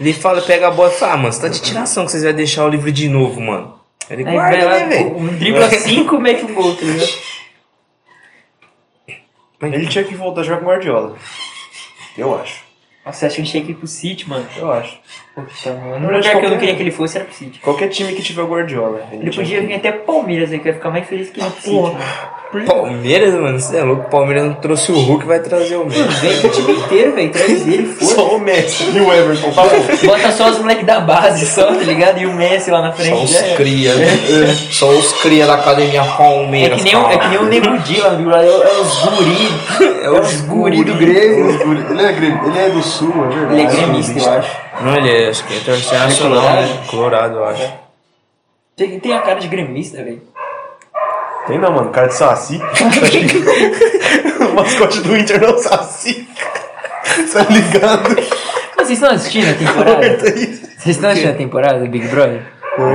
Ele fala, pega a bola e fala, ah, mano, você tá de tiração que vocês vão deixar o livro de novo, mano. Ele
Aí vai
guarda, né,
lá,
velho?
um dribla cinco, mete um gol, tá ligado?
Ele tinha que voltar a jogar com o Guardiola. Eu acho.
Nossa, acho que a gente tinha que ir pro City, mano.
Eu acho.
Puta,
Na
mano. O
verdade,
lugar que eu
qualquer-
não queria que ele fosse era pro City.
Qualquer time que tiver o Guardiola.
Ele
tinha
podia
que-
vir até pro Palmeiras, aí, que eu ia ficar mais feliz que ele pro City,
porra.
mano.
Palmeiras, mano, você é louco, o Palmeiras não trouxe o Hulk, vai trazer o mesmo.
Vem com o time inteiro, velho. Traz ele, foda.
Só o Messi e o Everton. Tá bom.
Bota só os moleques da base, só, tá ligado? E o Messi lá na frente.
Só os
já era.
cria, né? Só os cria da academia
É
Palmeiras.
que nem o, é que nem o Nego Di lá, viu? É, o- é os guri. É os guri do Grêmio.
Ele é, grêmio- ele é do Sul, é verdade.
Ele é gremista, eu acho.
Não, ele é, acho que é torcedor nacional, né? Colorado, eu acho.
Tem, tem a cara de gremista, velho.
Tem não, mano. Cara de Saci. o mascote do Inter não é o Saci. Tá ligado?
Vocês estão assistindo a temporada? Vocês estão assistindo a temporada do Big Brother?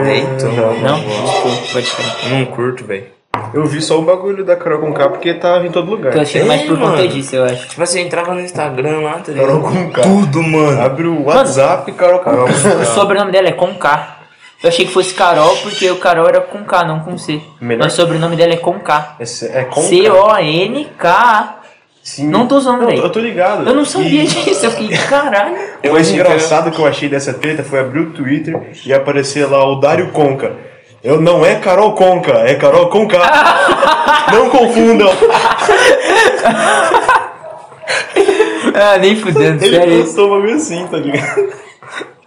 Eita,
Não?
não.
Desculpa, pode ficar.
Eu não curto, velho.
Eu vi só o bagulho da Carol com K porque tava em todo lugar.
Tô assistindo mais por
Ei, mano.
conta disso, eu acho.
Tipo assim, eu entrava no Instagram lá, tá
Carol
ligado?
com K.
Tudo, mano.
Abre o WhatsApp, Carol com K.
O sobrenome dela é Conká. Eu achei que fosse Carol, porque o Carol era com K, não com C.
Melhor.
Mas o sobrenome dela é com K.
Esse é com
C-O-N-K.
Sim.
Não tô usando, velho.
Eu tô ligado.
Eu não sabia
E
disso, eu fiquei, caralho.
O mais engraçado que eu achei dessa treta foi abrir o Twitter e aparecer lá o Dário Conca. Eu não é Carol Conca, é Carol Conca. não confundam.
Ah, nem fudendo,
Ele
sério.
postou uma meio assim, tá ligado?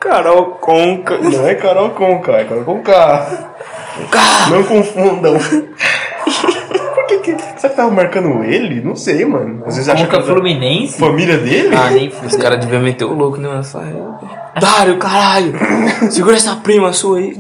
Carol Conca.
Não é Carol Conca, é Carol Conca. Não confundam. Por que que... Será que tava marcando ele? Não sei, mano. Às vezes acha que
Conca
é da
Fluminense?
família dele?
Ah, nem
Os
fudendo.
caras deviam meter o louco nessa. Dário, caralho! Segura essa prima sua aí.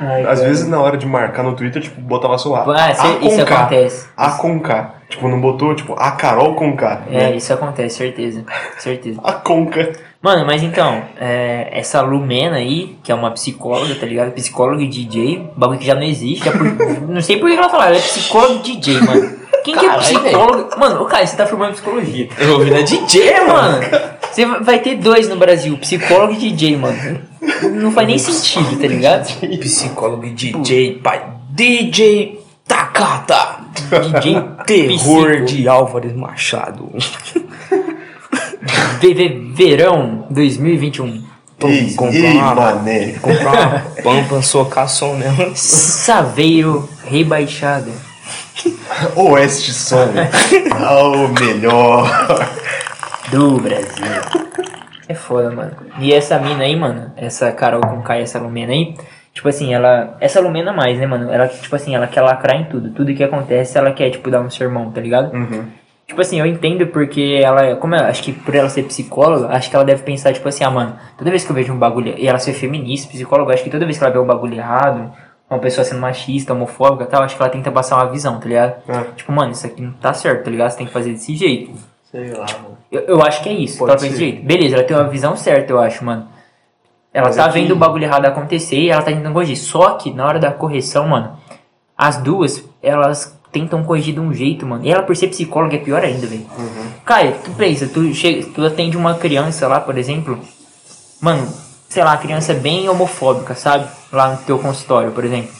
Ai,
Às
cara.
vezes na hora de marcar no Twitter, tipo, botava só lá.
é. Ah, cê-
A com
isso
K.
acontece.
A com K. Tipo, não botou, tipo, a Carol com K.
É, isso acontece, certeza. Certeza.
A Conca.
Mano, mas então, é, essa Lumena aí, que é uma psicóloga, tá ligado? Psicóloga e DJ, bagulho que já não existe. é por- não sei por que ela fala, ela é psicóloga e DJ, mano. Quem
Caralho,
que é psicólogo? Mano, ô cara, você tá formando psicologia.
Eu ouvi né? na DJ,
É, mano. Você vai- vai ter dois no Brasil, psicólogo e DJ, mano. Não faz nem sentido, tá ligado?
Psicólogo e DJ, pai. DJ Takata.
DJ
Terror
psico.
de Álvares Machado.
Ve- ve- Verão 2021.
Ei,
comprar
ei,
uma-
mané.
Comprar uma pampa, socar som nela.
Saveiro rebaixada.
Oeste Som.
É.
Ao melhor.
do Brasil. É foda, mano. E essa mina aí, mano, essa Carol com K e essa Lumena aí, tipo assim, ela. Essa Lumena mais, né, mano? Ela, tipo assim, ela quer lacrar em tudo. Tudo que acontece, ela quer, tipo, dar um sermão, tá ligado? Tipo assim, eu entendo porque ela, como ela, acho que por ela ser psicóloga, acho que ela deve pensar, tipo assim, ah, mano, toda vez que eu vejo um bagulho, e ela ser feminista, psicóloga, acho que toda vez que ela vê um bagulho errado, uma pessoa sendo machista, homofóbica e tal, acho que ela tenta passar uma visão, tá ligado?
Ah.
Tipo, mano, isso aqui não tá certo, tá ligado? Você tem que fazer desse jeito.
Sei lá, mano.
Eu, eu acho que é isso.
Pode
talvez
ser.
jeito. Beleza, ela tem uma visão certa, eu acho, mano. Ela
Mas
tá
é que-
vendo o bagulho errado acontecer e ela tá tentando corrigir. Só que na hora da correção, mano, as duas, elas tentam corrigir de um jeito, mano. E ela por ser psicóloga é pior ainda, velho. Cara, tu pensa, tu, chega, tu atende uma criança lá, por exemplo, mano, sei lá, criança é bem homofóbica, sabe? Lá no teu consultório, por exemplo.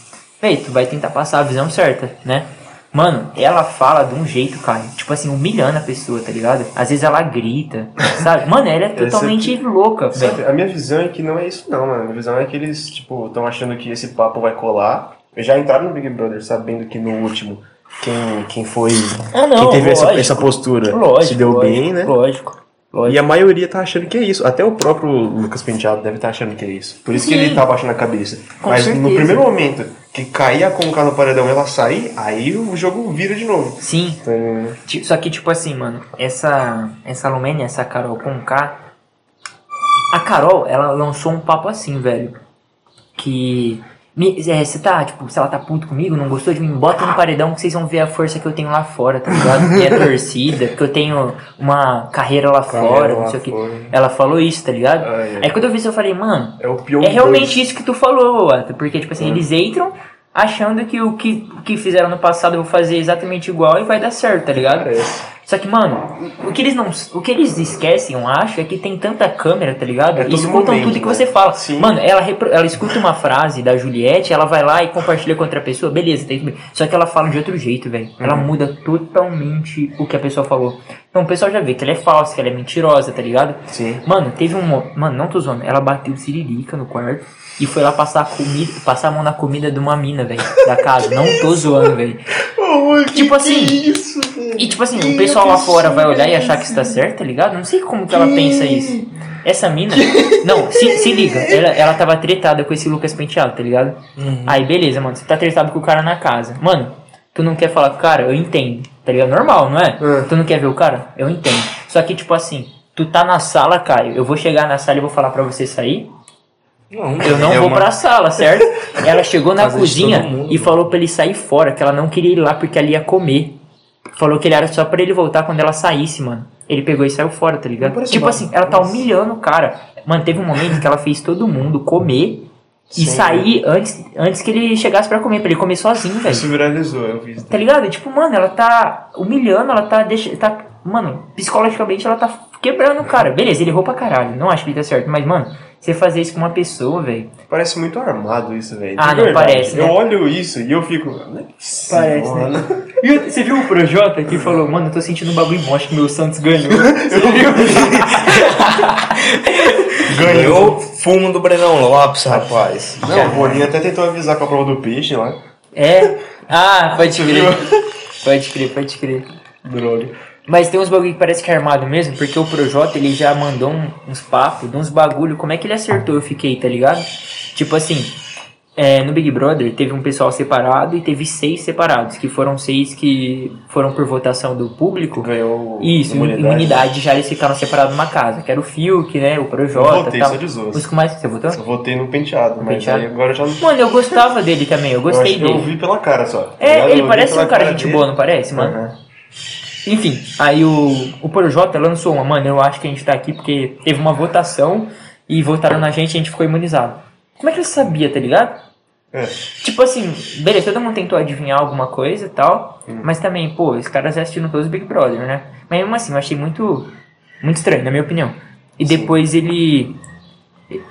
Véi, tu vai tentar passar a visão certa, né? Mano, ela fala de um jeito, cara, tipo assim, humilhando a pessoa, tá ligado? Às vezes ela grita, sabe? Mano, ela é
Essa
totalmente louca, velho.
Sabe, a minha visão é que não é isso não, mano. A minha visão é que eles, tipo, estão achando que esse papo vai colar. Já entraram no Big Brother sabendo que no último quem, quem foi...
Ah, não,
quem teve essa,
lógico.
essa postura
Lógico.
se deu
lógico,
bem, né?
Lógico. lógico.
E a maioria tá achando que é isso. Até o próprio Lucas Penteado deve estar achando que é isso. Por isso que
Sim.
ele tá baixando a cabeça.
Com
Mas no
certeza.
primeiro momento que cair a Conca no paredão e ela sair, aí o jogo vira de novo.
Sim,
Tá entendendo?
Ti- Só que, tipo assim, mano, essa, essa Lumene, essa Carol com K. A Carol, ela lançou um papo assim, velho. Que. Você tá, tipo, se ela tá puto comigo, não gostou de mim, bota no paredão que vocês vão ver a força que eu tenho lá fora, tá ligado? Minha torcida, que eu tenho uma carreira lá
Carreira
fora,
lá
não sei o que.
fora. Ah, é.
Ela falou isso, tá ligado?
Ai, ai.
Aí quando eu vi isso, eu falei, mano,
É o
Um,
pior
é realmente isso que tu falou, Ata, porque, tipo assim,
É.
eles entram achando que o que, o que fizeram no passado eu vou fazer exatamente igual e vai dar certo, tá ligado?
Parece.
Só que, mano, o que eles não. O que eles esquecem, eu acho, é que tem tanta câmera, tá ligado?
É
e
todo
escutam
momento,
tudo que
né?
você fala.
Sim.
Mano, ela, repro- ela escuta uma frase da Juliette, ela vai lá e compartilha com outra pessoa, beleza, tá tudo bem. Só que ela fala de outro jeito,
Uhum.
velho. Ela muda totalmente o que a pessoa falou. Então o pessoal já vê que ela é falsa, que ela é mentirosa, tá ligado?
Sim.
Mano, teve um. mo- Mano, não tô zoando. Ela bateu siririca no quarto e foi lá passar a comida, passar a mão na comida de uma mina, velho, da casa. não tô zoando, velho. Tipo assim,
isso, velho?
E tipo assim, o pessoal lá fora vai olhar e achar que isso tá certo, tá ligado? Não sei como que ela pensa isso. Essa mina. Não, se, se liga, ela, ela tava tretada com esse Lucas Penteado, tá ligado? Aí beleza, mano, você tá tretado com o cara na casa. Mano, tu não quer falar com o cara? Eu entendo, tá ligado? Normal, não é?
É.
Tu não quer ver o cara? Eu entendo. Só que tipo assim, tu tá na sala, Caio, eu vou chegar na sala e vou falar pra você sair.
Não,
Eu não
é
vou
uma-
pra sala, certo? Ela chegou na
Casa de
cozinha
todo mundo.
e falou pra ele sair fora, que ela não queria ir lá porque ela ia comer. Falou que ele era só pra ele voltar quando ela saísse, mano. Ele pegou e saiu fora, tá ligado?
parece
Tipo
uma-
assim, ela tá humilhando o cara. Mano, teve um momento que ela fez todo mundo comer
Sim.
e sair antes, antes que ele chegasse pra comer, pra ele comer sozinho, velho.
É, Isso viralizou, eu fiz.
Tá ligado? Tipo, mano, ela tá humilhando, ela tá deixando. Tá, mano, psicologicamente ela tá quebrando o cara. Beleza, ele errou pra caralho. Não acho que ele tá certo, mas, mano, Você fazer isso com uma pessoa, velho.
Parece muito armado isso, velho.
Ah,
De
não,
verdade.
parece,
Eu
né?
olho isso e eu fico. Não é possível,
Parece, né?
mano.
Viu- Você viu o Projota que falou, mano, eu tô sentindo um bagulho bom, acho que meu Santos ganhou. Você viu?
Ganhou o fumo do Brenão Lopes, rapaz.
Não, o Boninho até tentou avisar com a prova do peixe lá.
É? Ah, pode crer. Pode crer, pode crer.
Droga.
Mas tem uns bagulho que parece que é armado mesmo, porque o Projota ele já mandou um- uns papos, de uns bagulho, como é que ele acertou, eu fiquei, tá ligado? Tipo assim, é, no Big Brother teve um pessoal separado e teve seis separados, que foram seis que foram por votação do público.
Ganhou
Isso, imunidade, já eles ficaram separados numa casa, que era o Fiuk, né, o
Eu
Projota
votei,
e tal.
só de zoas.
Os que mais você votou?
Eu votei no penteado, mas
penteado?
aí agora eu já não.
Mano, eu gostava dele também, eu
eu,
gostei
acho que
dele.
eu vi pela cara só.
É,
Eu
ele
vi
parece
pela
um cara
cara
gente
dele.
boa, não parece, mano?
Aham.
Enfim, aí o, o Projota lançou uma, mano, eu acho que a gente tá aqui porque teve uma votação e votaram na gente e a gente ficou imunizado. Como é que ele sabia, tá ligado?
É.
Tipo assim, beleza, todo mundo tentou adivinhar alguma coisa e tal,
Hum.
mas também, pô, os caras já assistiram todos Big Brother, né? Mas mesmo assim, eu achei muito, muito estranho, na minha opinião. E depois ele...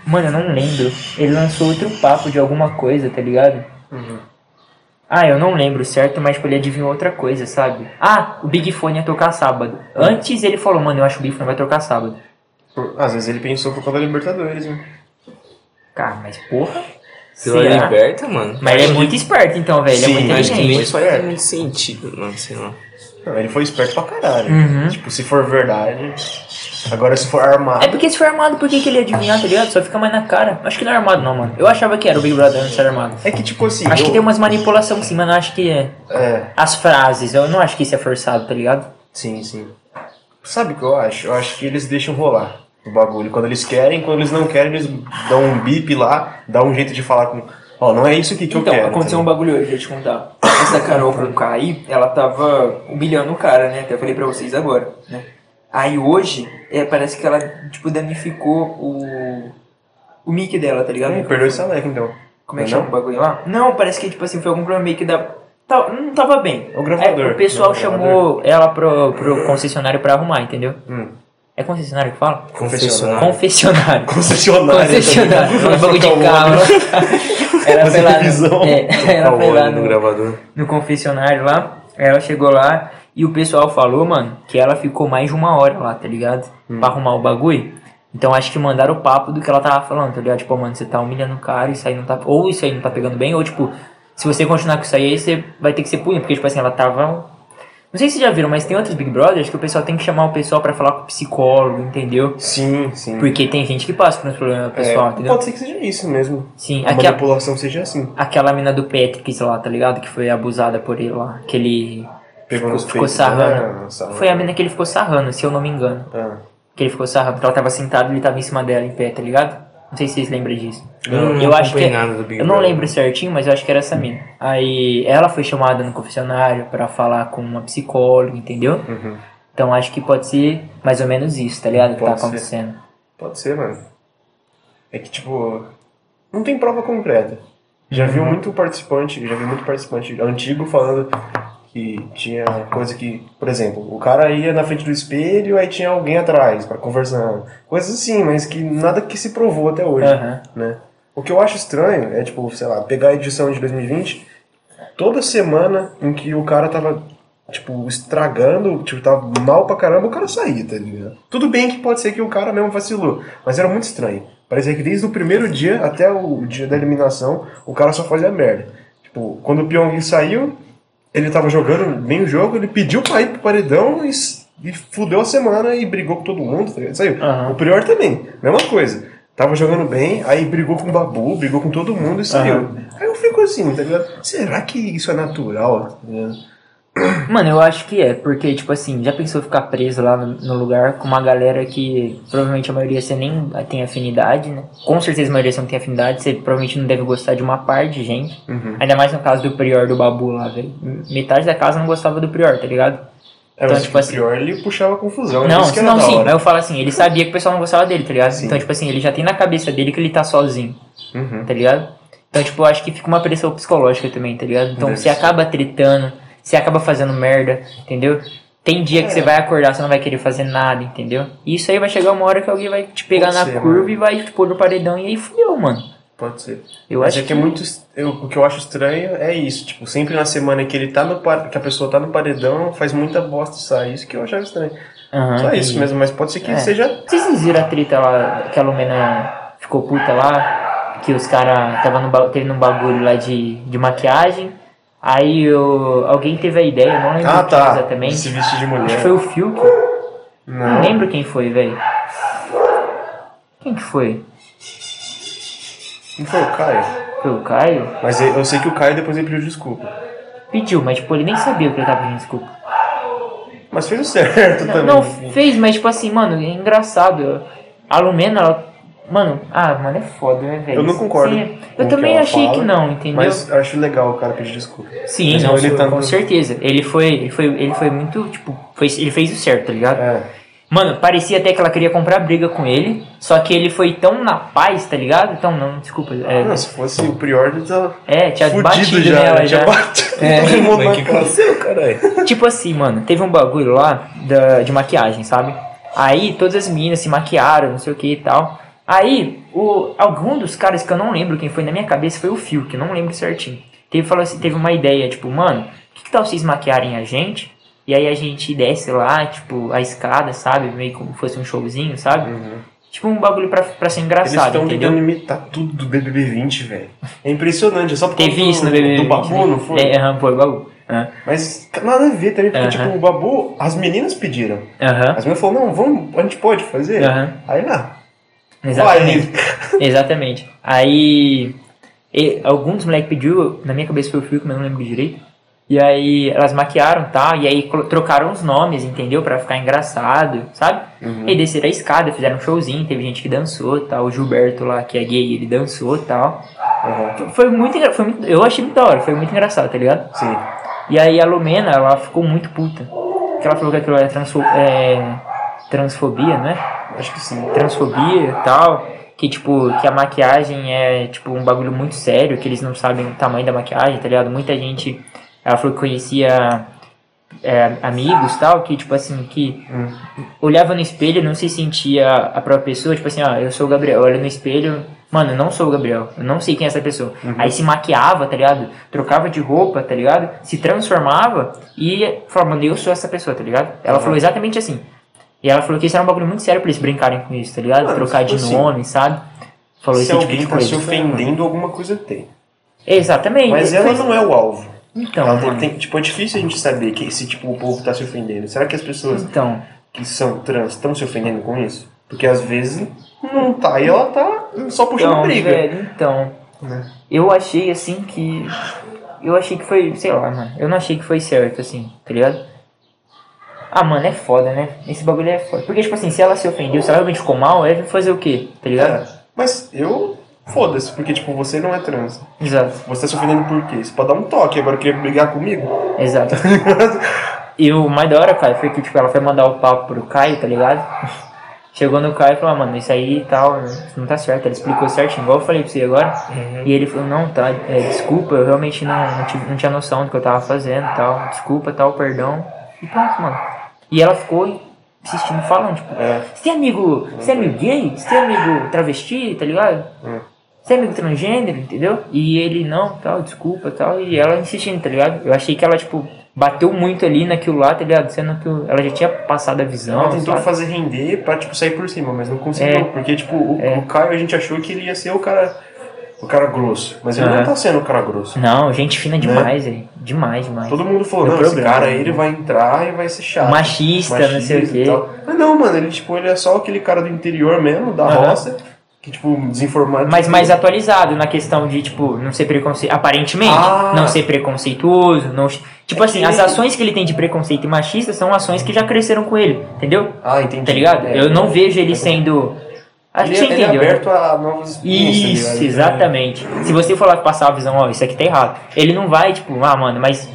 Mano, eu não lembro. Ele lançou outro papo de alguma coisa, tá ligado? Ah, eu não lembro certo, mas tipo, ele adivinhou outra coisa, sabe? Ah, o Big Fone ia tocar sábado. Antes ele falou, mano, eu acho que o Big Fone vai tocar sábado.
Por- Às vezes ele pensou por causa da Libertadores, né?
Cara, mas porra.
Pela
será?
é liberta, mano.
é Mas ele é muito esperto então, velho. Ele é
Sim,
muito
mas
Acho que
inteligente.
nem
Foi
faz
esperto.
muito sentido, mano, sei lá.
Não, ele foi esperto pra caralho.
Uhum.
Tipo, se for verdade. Agora se for armado.
É porque se for armado, por que, que ele ia adivinhar, tá ligado? Só fica mais na cara. Acho que não é armado não, mano. Eu achava que era o Big Brother antes era armado.
É que tipo assim.
Acho
eu-
que tem umas manipulação sim, mas não acho que é.
É,
As frases, eu não acho que isso é forçado, tá ligado?
sim, sim. Sabe o que eu acho? Eu acho que eles deixam rolar o bagulho. Quando eles querem, quando eles não querem, eles dão um bip lá, dá um jeito de falar com. Ó, não é isso aqui que eu
Então,
quero.
aconteceu um
entendeu?
bagulho hoje, eu te contar. Essa Carol com K aí, ela tava humilhando o cara, né? Até falei pra vocês agora, né? Aí hoje, é, parece que ela, tipo, danificou o. O mic dela, tá ligado?
Hum, perdeu esse Alec, então.
Como é que
Não?
chama o bagulho lá? Não, parece que, tipo assim, foi algum problema meio que da. tá- não tava bem.
É o gravador.
É, o pessoal
Não, o gravador.
chamou ela pro, pro concessionário pra arrumar, entendeu?
Hum.
É concessionário que fala?
Confessionário.
Confessionário.
Concessionário.
Concessionário. Foi um bagulho de carro. Ela
Fazer
foi lá,
revisão.
no, é,
Tá
ela
o
foi lá
olho no
no,
gravador.
no confessionário lá. Ela chegou lá e o pessoal falou, mano, que ela ficou mais de uma hora lá, tá ligado? Pra arrumar o bagulho. Então acho que mandaram o papo do que ela tava falando, tá ligado? Tipo, mano, você tá humilhando o cara, isso aí não tá. Ou isso aí não tá pegando bem, ou tipo, se você continuar com isso aí, aí você vai ter que ser punido, porque, tipo assim, ela tava. Não sei se vocês já viram, mas tem outros Big Brothers que o pessoal tem que chamar o pessoal pra falar com o psicólogo, entendeu?
Sim, sim.
Porque tem gente que passa por uns problemas
É,
pessoal, entendeu?
pode ser que seja isso mesmo.
né? Sim, é
a
aquela-
manipulação seja assim.
Aquela mina do Patrick lá, tá ligado? Que foi abusada por ele lá. Que ele
Pegou nos
ficou
peitos,
sarrando.
né? Sarrando.
Foi a mina que ele ficou sarrando, se eu não me engano.
Ah.
Que ele ficou sarrando, porque ela tava sentada e ele tava em cima dela em pé, tá ligado? Não sei se vocês lembram disso.
Não, não
eu acho que.
acompanhei nada do Big
eu não
Brother.
lembro certinho, mas eu acho que era essa mina. Aí ela foi chamada no confessionário pra falar com uma psicóloga, entendeu?
Uhum.
Então acho que pode ser mais ou menos isso, tá ligado? Que tá
Pode ser.
acontecendo.
Pode ser, mano. É que, tipo, não tem prova concreta. Já viu muito participante, já vi muito participante antigo falando que tinha coisa que, por exemplo, o cara ia na frente do espelho, aí tinha alguém atrás pra conversando. Coisas assim, mas que nada que se provou até hoje,
Aham.
né? O que eu acho estranho é, tipo, sei lá, pegar a edição de 2020, toda semana em que o cara tava, tipo, estragando, tipo, tava mal pra caramba, o cara saía, tá ligado? Tudo bem que pode ser que o cara mesmo vacilou, mas era muito estranho. Parecia que desde o primeiro dia até o dia da eliminação, o cara só fazia merda. Tipo, quando o Pyong saiu, ele tava jogando bem o jogo, ele pediu pra ir pro paredão e, s- e fudeu a semana e brigou com todo mundo, tá ligado? Saiu.
Aham.
O Prior também, mesma coisa. Tava jogando bem, aí brigou com o Babu, brigou com todo mundo e saiu. Aí eu fico assim, tá ligado? Será que isso é natural? tá ligado?
Mano, eu acho que é, porque, tipo assim, já pensou ficar preso lá no, no lugar com uma galera que provavelmente a maioria você nem tem afinidade, né? Com certeza a maioria você não tem afinidade, você provavelmente não deve gostar de uma parte de gente. Ainda mais no caso do Prior do Babu lá, velho. Metade da casa não gostava do Prior, tá ligado?
É,
Então,
mas
tipo
o
assim-
Prior ele puxava confusão. né?
não,
isso que era
não,
da
sim, mas
hora.
eu falo assim, ele sabia que o pessoal não gostava dele, tá ligado? Então, tipo assim, ele já tem na cabeça dele que ele tá sozinho,
Uhum.
tá ligado? Então, tipo, eu acho que fica uma pressão psicológica também, tá ligado? Então,
Deve
você
ser.
acaba tretando, você acaba fazendo merda, entendeu? Tem dia que você vai acordar, você não vai querer fazer nada, entendeu? E isso aí vai chegar uma hora que alguém vai te pegar
Pode
na
ser,
curva
mano.
e vai te pôr no paredão e aí fudeu, mano.
Pode ser.
Eu
Mas
acho
é que é muito. est- eu- o que eu acho estranho é isso. Tipo, sempre na semana que ele tá no par- que a pessoa tá no paredão, faz muita bosta e sai. Isso que eu achava estranho.
Aham,
Só
Ah, entendi.
isso mesmo, mas pode ser que
É.
seja.
Vocês viram a treta lá, que a Lumena ficou puta lá, que os caras tava no, ba- teve num bagulho lá de, de maquiagem. Aí eu, alguém teve a ideia, eu não lembro
Ah,
quem
tá.
exatamente.
Se vestir de
Acho que
mulher.
foi o Fiuk. Não
Não.
lembro quem foi, velho. Quem que foi?
Não foi o Caio.
Foi o Caio?
Mas eu eu sei que o Caio depois ele pediu desculpa.
Pediu, mas tipo, ele nem sabia o que ele tava pedindo desculpa.
Mas fez o certo
Não,
também.
não,
enfim.
fez, mas tipo assim, mano, é engraçado. A Lumena, ela. Mano, ah, mano, é foda, né, velho?
Eu não concordo
Sim,
com o
Eu
que
também
ela
achei
fala,
que não, entendeu?
Mas eu acho legal o cara pedir desculpa.
Sim,
Mas
não,
não, ele
foi-
tá
com
no-
certeza. Ele foi, ele foi, ele foi muito, tipo, foi, ele fez o certo, tá ligado?
É.
Mano, parecia até que ela queria comprar briga com ele, só que ele foi tão na paz, tá ligado? Então, não, desculpa. É,
Não, se fosse o Prior, ele tava
é tinha
fudido
batido
já.
nela
ele tinha
já.
batido.
É,
todo mundo
mas o que
na cara.
aconteceu, caralho?
Tipo assim, mano, teve um bagulho lá da, de maquiagem, sabe? Aí todas as meninas se maquiaram, não sei o que e tal. Aí, o, algum dos caras que eu não lembro quem foi na minha cabeça foi o Phil, que eu não lembro certinho. Teve, falou assim, teve uma ideia, tipo, mano, que, que tal vocês maquiarem a gente? E aí a gente desce lá, tipo, a escada, sabe? Meio como fosse um showzinho, sabe? Tipo um bagulho pra, pra ser
Eles
engraçado,
estão
entendeu?
tentando imitar tudo do BBB20, velho. É impressionante, é só porque
Teve isso no
do, do
BBB.
Babu, não foi?
É, aham, foi o Babu. Aham.
Mas nada a ver também, porque
Aham.
tipo, o Babu, as meninas pediram.
Aham.
As meninas falaram, não, vamos, a gente pode fazer?
Aham.
Aí lá.
Exatamente.
Vai.
Exatamente. Aí. e- alguns moleques pediu, na minha cabeça foi o Fiuk, mas eu não lembro direito. E aí elas maquiaram e tal, e aí colo- trocaram os nomes, entendeu? Pra ficar engraçado, sabe?
Uhum.
E desceram a escada, fizeram um showzinho, teve gente que dançou e tal. O Gilberto lá, que é gay, ele dançou e tal.
Aham,
F- Foi muito, engra- foi muito. Eu achei muito da hora, foi muito engraçado, tá ligado?
Sim.
E aí a Lumena, ela ficou muito puta. Porque ela falou que aquilo era transfo é, transfobia, não é?
Acho que sim.
transfobia e tal, que tipo, que a maquiagem é tipo um bagulho muito sério, que eles não sabem o tamanho da maquiagem, tá ligado? Muita gente, ela falou que conhecia é, amigos e tal, que tipo assim, que
Hum.
olhava no espelho, não se sentia a própria pessoa, tipo assim, ó, eu sou o Gabriel, olha no espelho, mano, eu não sou o Gabriel, eu não sei quem é essa pessoa.
Uhum.
Aí se maquiava, tá ligado? Trocava de roupa, tá ligado? Se transformava e falava, mano, eu sou essa pessoa, tá ligado?
Uhum.
Ela falou exatamente assim. E ela falou que isso era um bagulho muito sério pra eles brincarem com isso, tá ligado?
Mano,
Trocar de
tipo assim,
nome, sabe? Falou
Se
esse tipo
alguém
de
tá se
coisa.
ofendendo, alguma coisa tem.
Exatamente.
Mas ela não é o alvo.
Então,
Ela tem-
mano,
tem- tipo, é difícil a gente saber que, se tipo, o povo tá se ofendendo. Será que as pessoas
então.
que são trans estão se ofendendo com isso? Porque às vezes não tá e ela tá só puxando
Então,
briga.
velho, então.
Né?
Eu achei assim que. Eu achei que foi, sei lá, mano. Eu não achei que foi certo, assim, tá ligado? Ah, mano, é foda, né? Esse bagulho é foda. Porque, tipo assim, se ela se ofendeu, se ela realmente ficou mal, é fazer o quê? Tá ligado?
É, mas eu. Foda-se, porque, tipo, você não é trans.
Exato,
Você tá se ofendendo por quê? Você pode dar um toque, agora queria brigar comigo?
exato. E o mais da hora, cara, foi que, tipo, ela foi mandar o papo pro Caio, tá ligado? Chegou no Caio e falou, ah, mano, isso aí e tal, né, isso não tá certo. Ela explicou certinho, igual eu falei pra você agora.
Uhum.
E ele falou, não, tá, é, desculpa, eu realmente não, não, tive- não tinha noção do que eu tava fazendo e tal. Desculpa, tal, perdão. E pronto, mano. E ela ficou insistindo, falando, tipo,
É.
você tem amigo, você é amigo gay? Você tem amigo travesti, tá ligado?
Hum.
Você é amigo transgênero, entendeu? E ele, não, tal, desculpa, tal. E ela insistindo, tá ligado? Eu achei que ela, tipo, bateu muito ali naquilo lá, tá ligado? Sendo que ela já tinha passado a visão,
ela tentou
sabe?
fazer render pra, tipo, sair por cima, mas não conseguiu.
É.
Porque, tipo, o, o Caio a gente achou que ele ia ser o cara. O cara grosso. Mas ele
Aham.
não tá sendo o cara grosso.
Não, gente
Né?
fina demais, velho. Demais, demais.
Todo mundo falou,
Deu
não, esse
problema,
cara
né?
aí ele vai entrar e vai ser chato.
Machista, não sei o
machista
quê.
e tal. Mas não, mano, ele, tipo, ele é só aquele cara do interior mesmo, da
Aham.
roça, que, tipo, desinformado.
Mas mais atualizado na questão de, tipo, não ser preconceituoso. Aparentemente,
Ah.
não ser preconceituoso. Não... Tipo
É
assim,
que-
as ações que ele tem de preconceito e machista são ações que já cresceram com ele, entendeu?
Ah, entendi.
Tá ligado?
É.
Eu não vejo ele sendo. Ah,
Ele,
você
ele é
entendeu? né?
aberto a novas experiências, tá
Isso,
ligado?
exatamente. Se você for lá passar a visão, ó, isso aqui tá errado. Ele não vai, tipo, ah, mano, mas.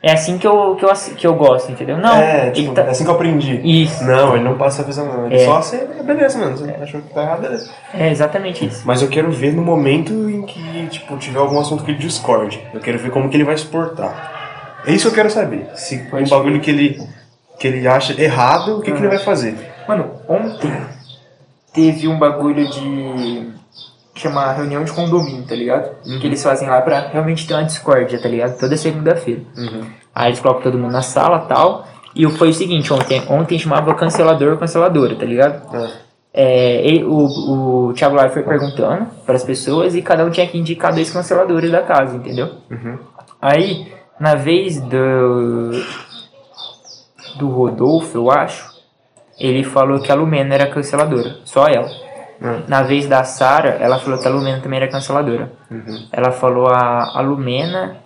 É assim que eu, que eu, ass- que eu gosto, entendeu? Não.
é,
ele
tipo,
tá...
é assim que eu aprendi.
Isso.
Não, ele não passa a visão, não. Ele
É.
só se. é, Beleza, mano. Você achou que tá errado, beleza.
É exatamente isso.
Mas eu quero ver no momento em que, tipo, tiver algum assunto que ele discorde. Eu quero ver como que ele vai suportar. É isso que eu quero saber. Se o um bagulho que ele que ele acha errado, o que, que ele
Uhum.
vai fazer?
Mano, ontem teve um bagulho de. Chama reunião de condomínio, tá ligado? Que eles fazem lá pra realmente ter uma discórdia, tá ligado? Toda segunda-feira. Aí eles colocam todo mundo na sala tal. E foi o seguinte, ontem, ontem chamava cancelador canceladora, tá ligado?
Ah,
É, ele- o, o Thiago Live foi perguntando para as pessoas e cada um tinha que indicar dois canceladores da casa, entendeu? Aí, na vez do, do Rodolfo, eu acho, ele falou que a Lumena era canceladora, só ela. Na vez da Sara, ela falou que a Lumena também era canceladora. Ela falou a, a Lumena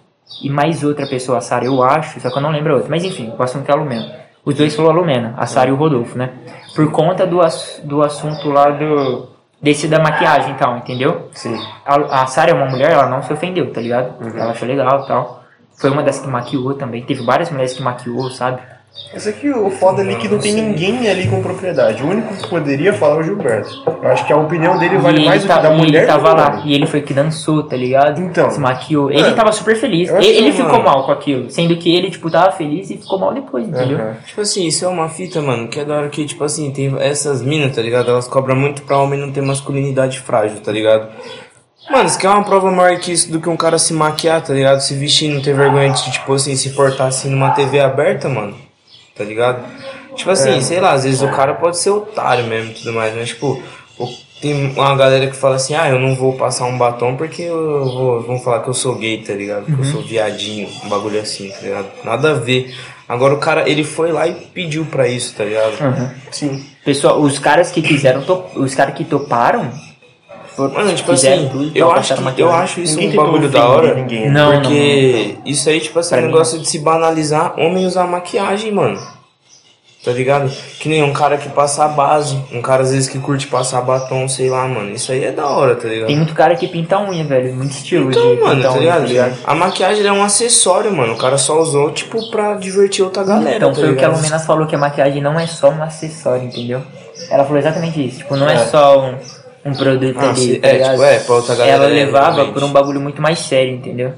e mais outra pessoa, a Sara, eu acho, só que eu não lembro a outra. Mas enfim, o assunto é a Lumena. Os dois falou a Lumena, a Sara e o Rodolfo, né? Por conta do, ass- do assunto lá do. desse da maquiagem e tal, entendeu?
Sim.
A, a Sara é uma mulher, ela não se ofendeu, tá ligado? Ela achou legal e tal. Foi uma das que maquiou também. Teve várias mulheres que maquiou, sabe?
Mas é que o foda ali é que não tem ninguém ali com propriedade. O único que poderia falar é o Gilberto. Eu acho que a opinião dele vale
e
mais do
ele,
que
tá-
da
e ele
mulher. do
tava
que do
lá.
homem.
E ele foi que dançou, tá ligado?
Então.
Se maquiou. Ele
É.
tava super feliz.
Eu acho
Ele, ele
que,
ficou
mano-
mal com aquilo. Sendo que ele, tipo, tava feliz e ficou mal depois, entendeu?
Aham.
Tipo assim, isso é uma fita, mano, que é da hora que, tipo assim, tem essas minas, tá ligado? Elas cobram muito pra homem não ter masculinidade frágil, tá ligado? Mano, isso que é uma prova maior que isso do que um cara se maquiar, tá ligado? Se vestir e não ter vergonha de, tipo assim, se portar assim numa TV aberta, mano. Tá ligado? Tipo assim,
É.
sei lá, às vezes o cara pode ser otário mesmo e tudo mais, mas tipo, o- tem uma galera que fala assim, ah, eu não vou passar um batom porque eu vou. Vão falar que eu sou gay, tá ligado? Que
Uhum.
eu sou viadinho, um bagulho assim, tá ligado? Nada a ver. Agora o cara, ele foi lá e pediu pra isso, tá ligado?
É. Sim.
Pessoal, os caras que quiseram, to- os caras que toparam. for-
Mano, tipo
fizeram
assim,
tudo,
eu
tá,
acho,
passaram
que, eu
maquiagem.
acho isso
Ninguém
um
tentou
bagulho da
ofender
hora.
Ninguém.
Não, não,
Porque isso aí, tipo assim, é um negócio de se banalizar homem usar maquiagem, mano. Tá ligado? Que nem um cara que passa a base. Um cara, às vezes, que curte passar batom, sei lá, mano. Isso aí é da hora, tá ligado?
Tem muito cara que pinta a unha, velho. Muito estilo
Então,
de
mano,
pintar
tá
a unha,
ligado?
tá ligado?
A maquiagem é um acessório, mano. O cara só usou, tipo, pra divertir outra galera.
Então
tá
foi o que a
ligado?
Lumena falou, que a maquiagem não é só um acessório, entendeu? Ela falou exatamente isso, tipo, não é, só um, um produto
Ah,
ali.
sim.
tá
É,
ligado?
tipo, é, pra outra galera,
Ela
é,
levava
realmente.
por um bagulho muito mais sério, entendeu?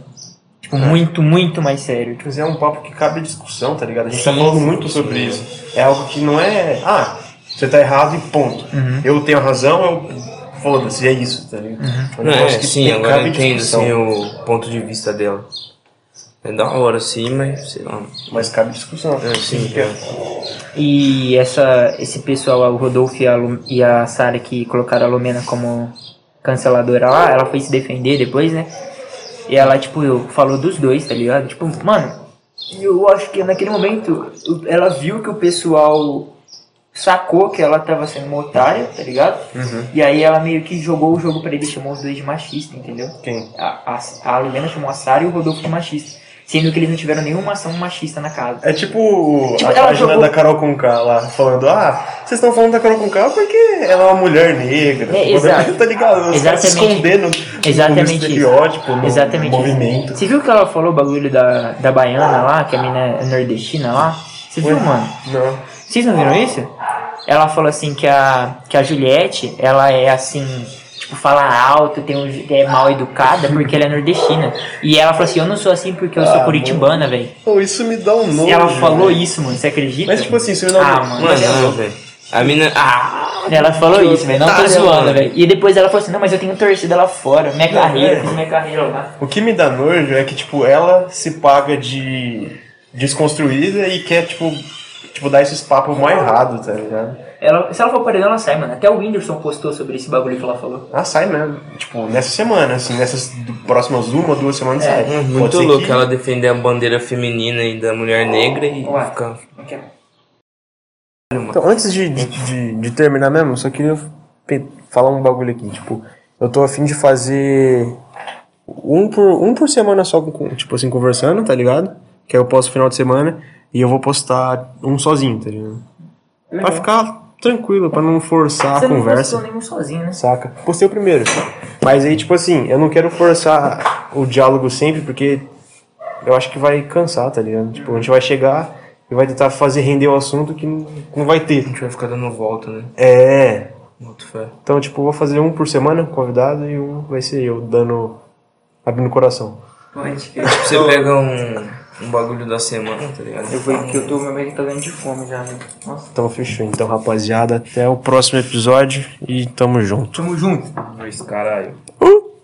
Tipo, muito, muito mais sério.
Mas é um papo que cabe discussão, tá ligado? A gente tá
Sim,
falando
sim,
muito sobre isso. É algo que não é. Ah, você tá errado e ponto.
Uhum.
Eu tenho razão, eu. Foda-se, é isso, tá ligado? É um
Não, é,
negócio que
sim,
tem-
agora eu
cabe
entendo,
discussão,
assim, o ponto de vista dela. É da hora, sim, mas, sei lá, mano.
Mas cabe discussão.
É, sim,
Porque-
E essa, esse pessoal, o Rodolfo e a, Lu- e a Sara que colocaram a Lumena como canceladora lá, ela foi se defender depois, né? E ela, tipo, eu- falou dos dois, tá ligado? Tipo, mano, eu acho que naquele momento eu- ela viu que o pessoal sacou que ela tava sendo uma otária, tá ligado? E aí ela meio que jogou o jogo pra ele, chamou os dois de machista, entendeu?
Quem?
A, a, a Lumena chamou a Sara e o Rodolfo de machista. Sendo que eles não tiveram nenhuma ação machista na casa.
É tipo,
Tipo,
a
ela
página
jogou-
da Carol Conká lá, falando, ah, vocês estão falando da Carol Conká porque ela é uma mulher negra.
É, exato.
tá ligado? Os caras se
Exatamente.
escondendo no
Exatamente isso.
estereótipo, no
Exatamente.
movimento.
Você viu que ela falou o bagulho da, da baiana lá, que a mina é nordestina lá? Você viu,
Ué?
mano?
Não.
Vocês não viram isso? Ela falou assim que a, que a Juliette, ela é assim, tipo, fala alto, tem um, é mal educada porque ela é nordestina. E ela falou assim, eu não sou assim porque eu sou
Ah,
curitibana, velho.
Pô, isso me dá um nojo.
E ela
velho.
falou isso, mano, você acredita?
Mas tipo assim, se eu não...
ah, mano.
Mano, não, velho. A mina. Ah!
Ela falou
Que
isso, velho. Não tô
otária,
zoando,
mano.
velho. E depois ela falou assim, não, mas eu tenho torcida lá fora, minha
Não,
carreira,
é.
fiz minha carreira lá.
O que me dá nojo é que, tipo, ela se paga de desconstruída e quer, tipo, tipo dar esses papos mais errados, tá ligado?
Ela, se ela for paredão, ela sai, mano. Até o Whindersson postou sobre esse bagulho que ela falou.
Ah, sai mesmo. Tipo, nessa semana, assim, nessas du- próximas uma, duas semanas sai.
Hum,
Pode
Muito
ser que-
louco ela defender a bandeira feminina e da mulher negra e
Ué.
ficar.
Então, antes de, de, de- de terminar mesmo, eu só queria pe- falar um bagulho aqui. Tipo, eu tô afim de fazer um por, um por semana só, com- com, tipo assim, conversando, tá ligado? Que aí eu posto final de semana e eu vou postar um sozinho, tá ligado? Pra ficar tranquilo, pra não forçar
Você
a
não
conversa.
postou nenhum sozinho, né?
Saca? Postei o primeiro. Mas aí, tipo assim, eu não quero forçar o diálogo sempre, porque eu acho que vai cansar, tá ligado? Tipo, a gente vai chegar e vai tentar fazer render o assunto que não, não vai ter.
A gente vai ficar dando volta, né?
É.
Boto fé.
Então, tipo, eu vou fazer um por semana, convidado,
é
e um vai ser eu dando. abrindo o coração.
Pode.
Você pega um. um bagulho da semana, tá ligado?
Eu fui porque eu tô, meu meio tá dando de fome já, né? Nossa.
Então fechou. Então, rapaziada, até o próximo episódio e tamo junto.
Tamo junto.
Dois caralho.
Uh!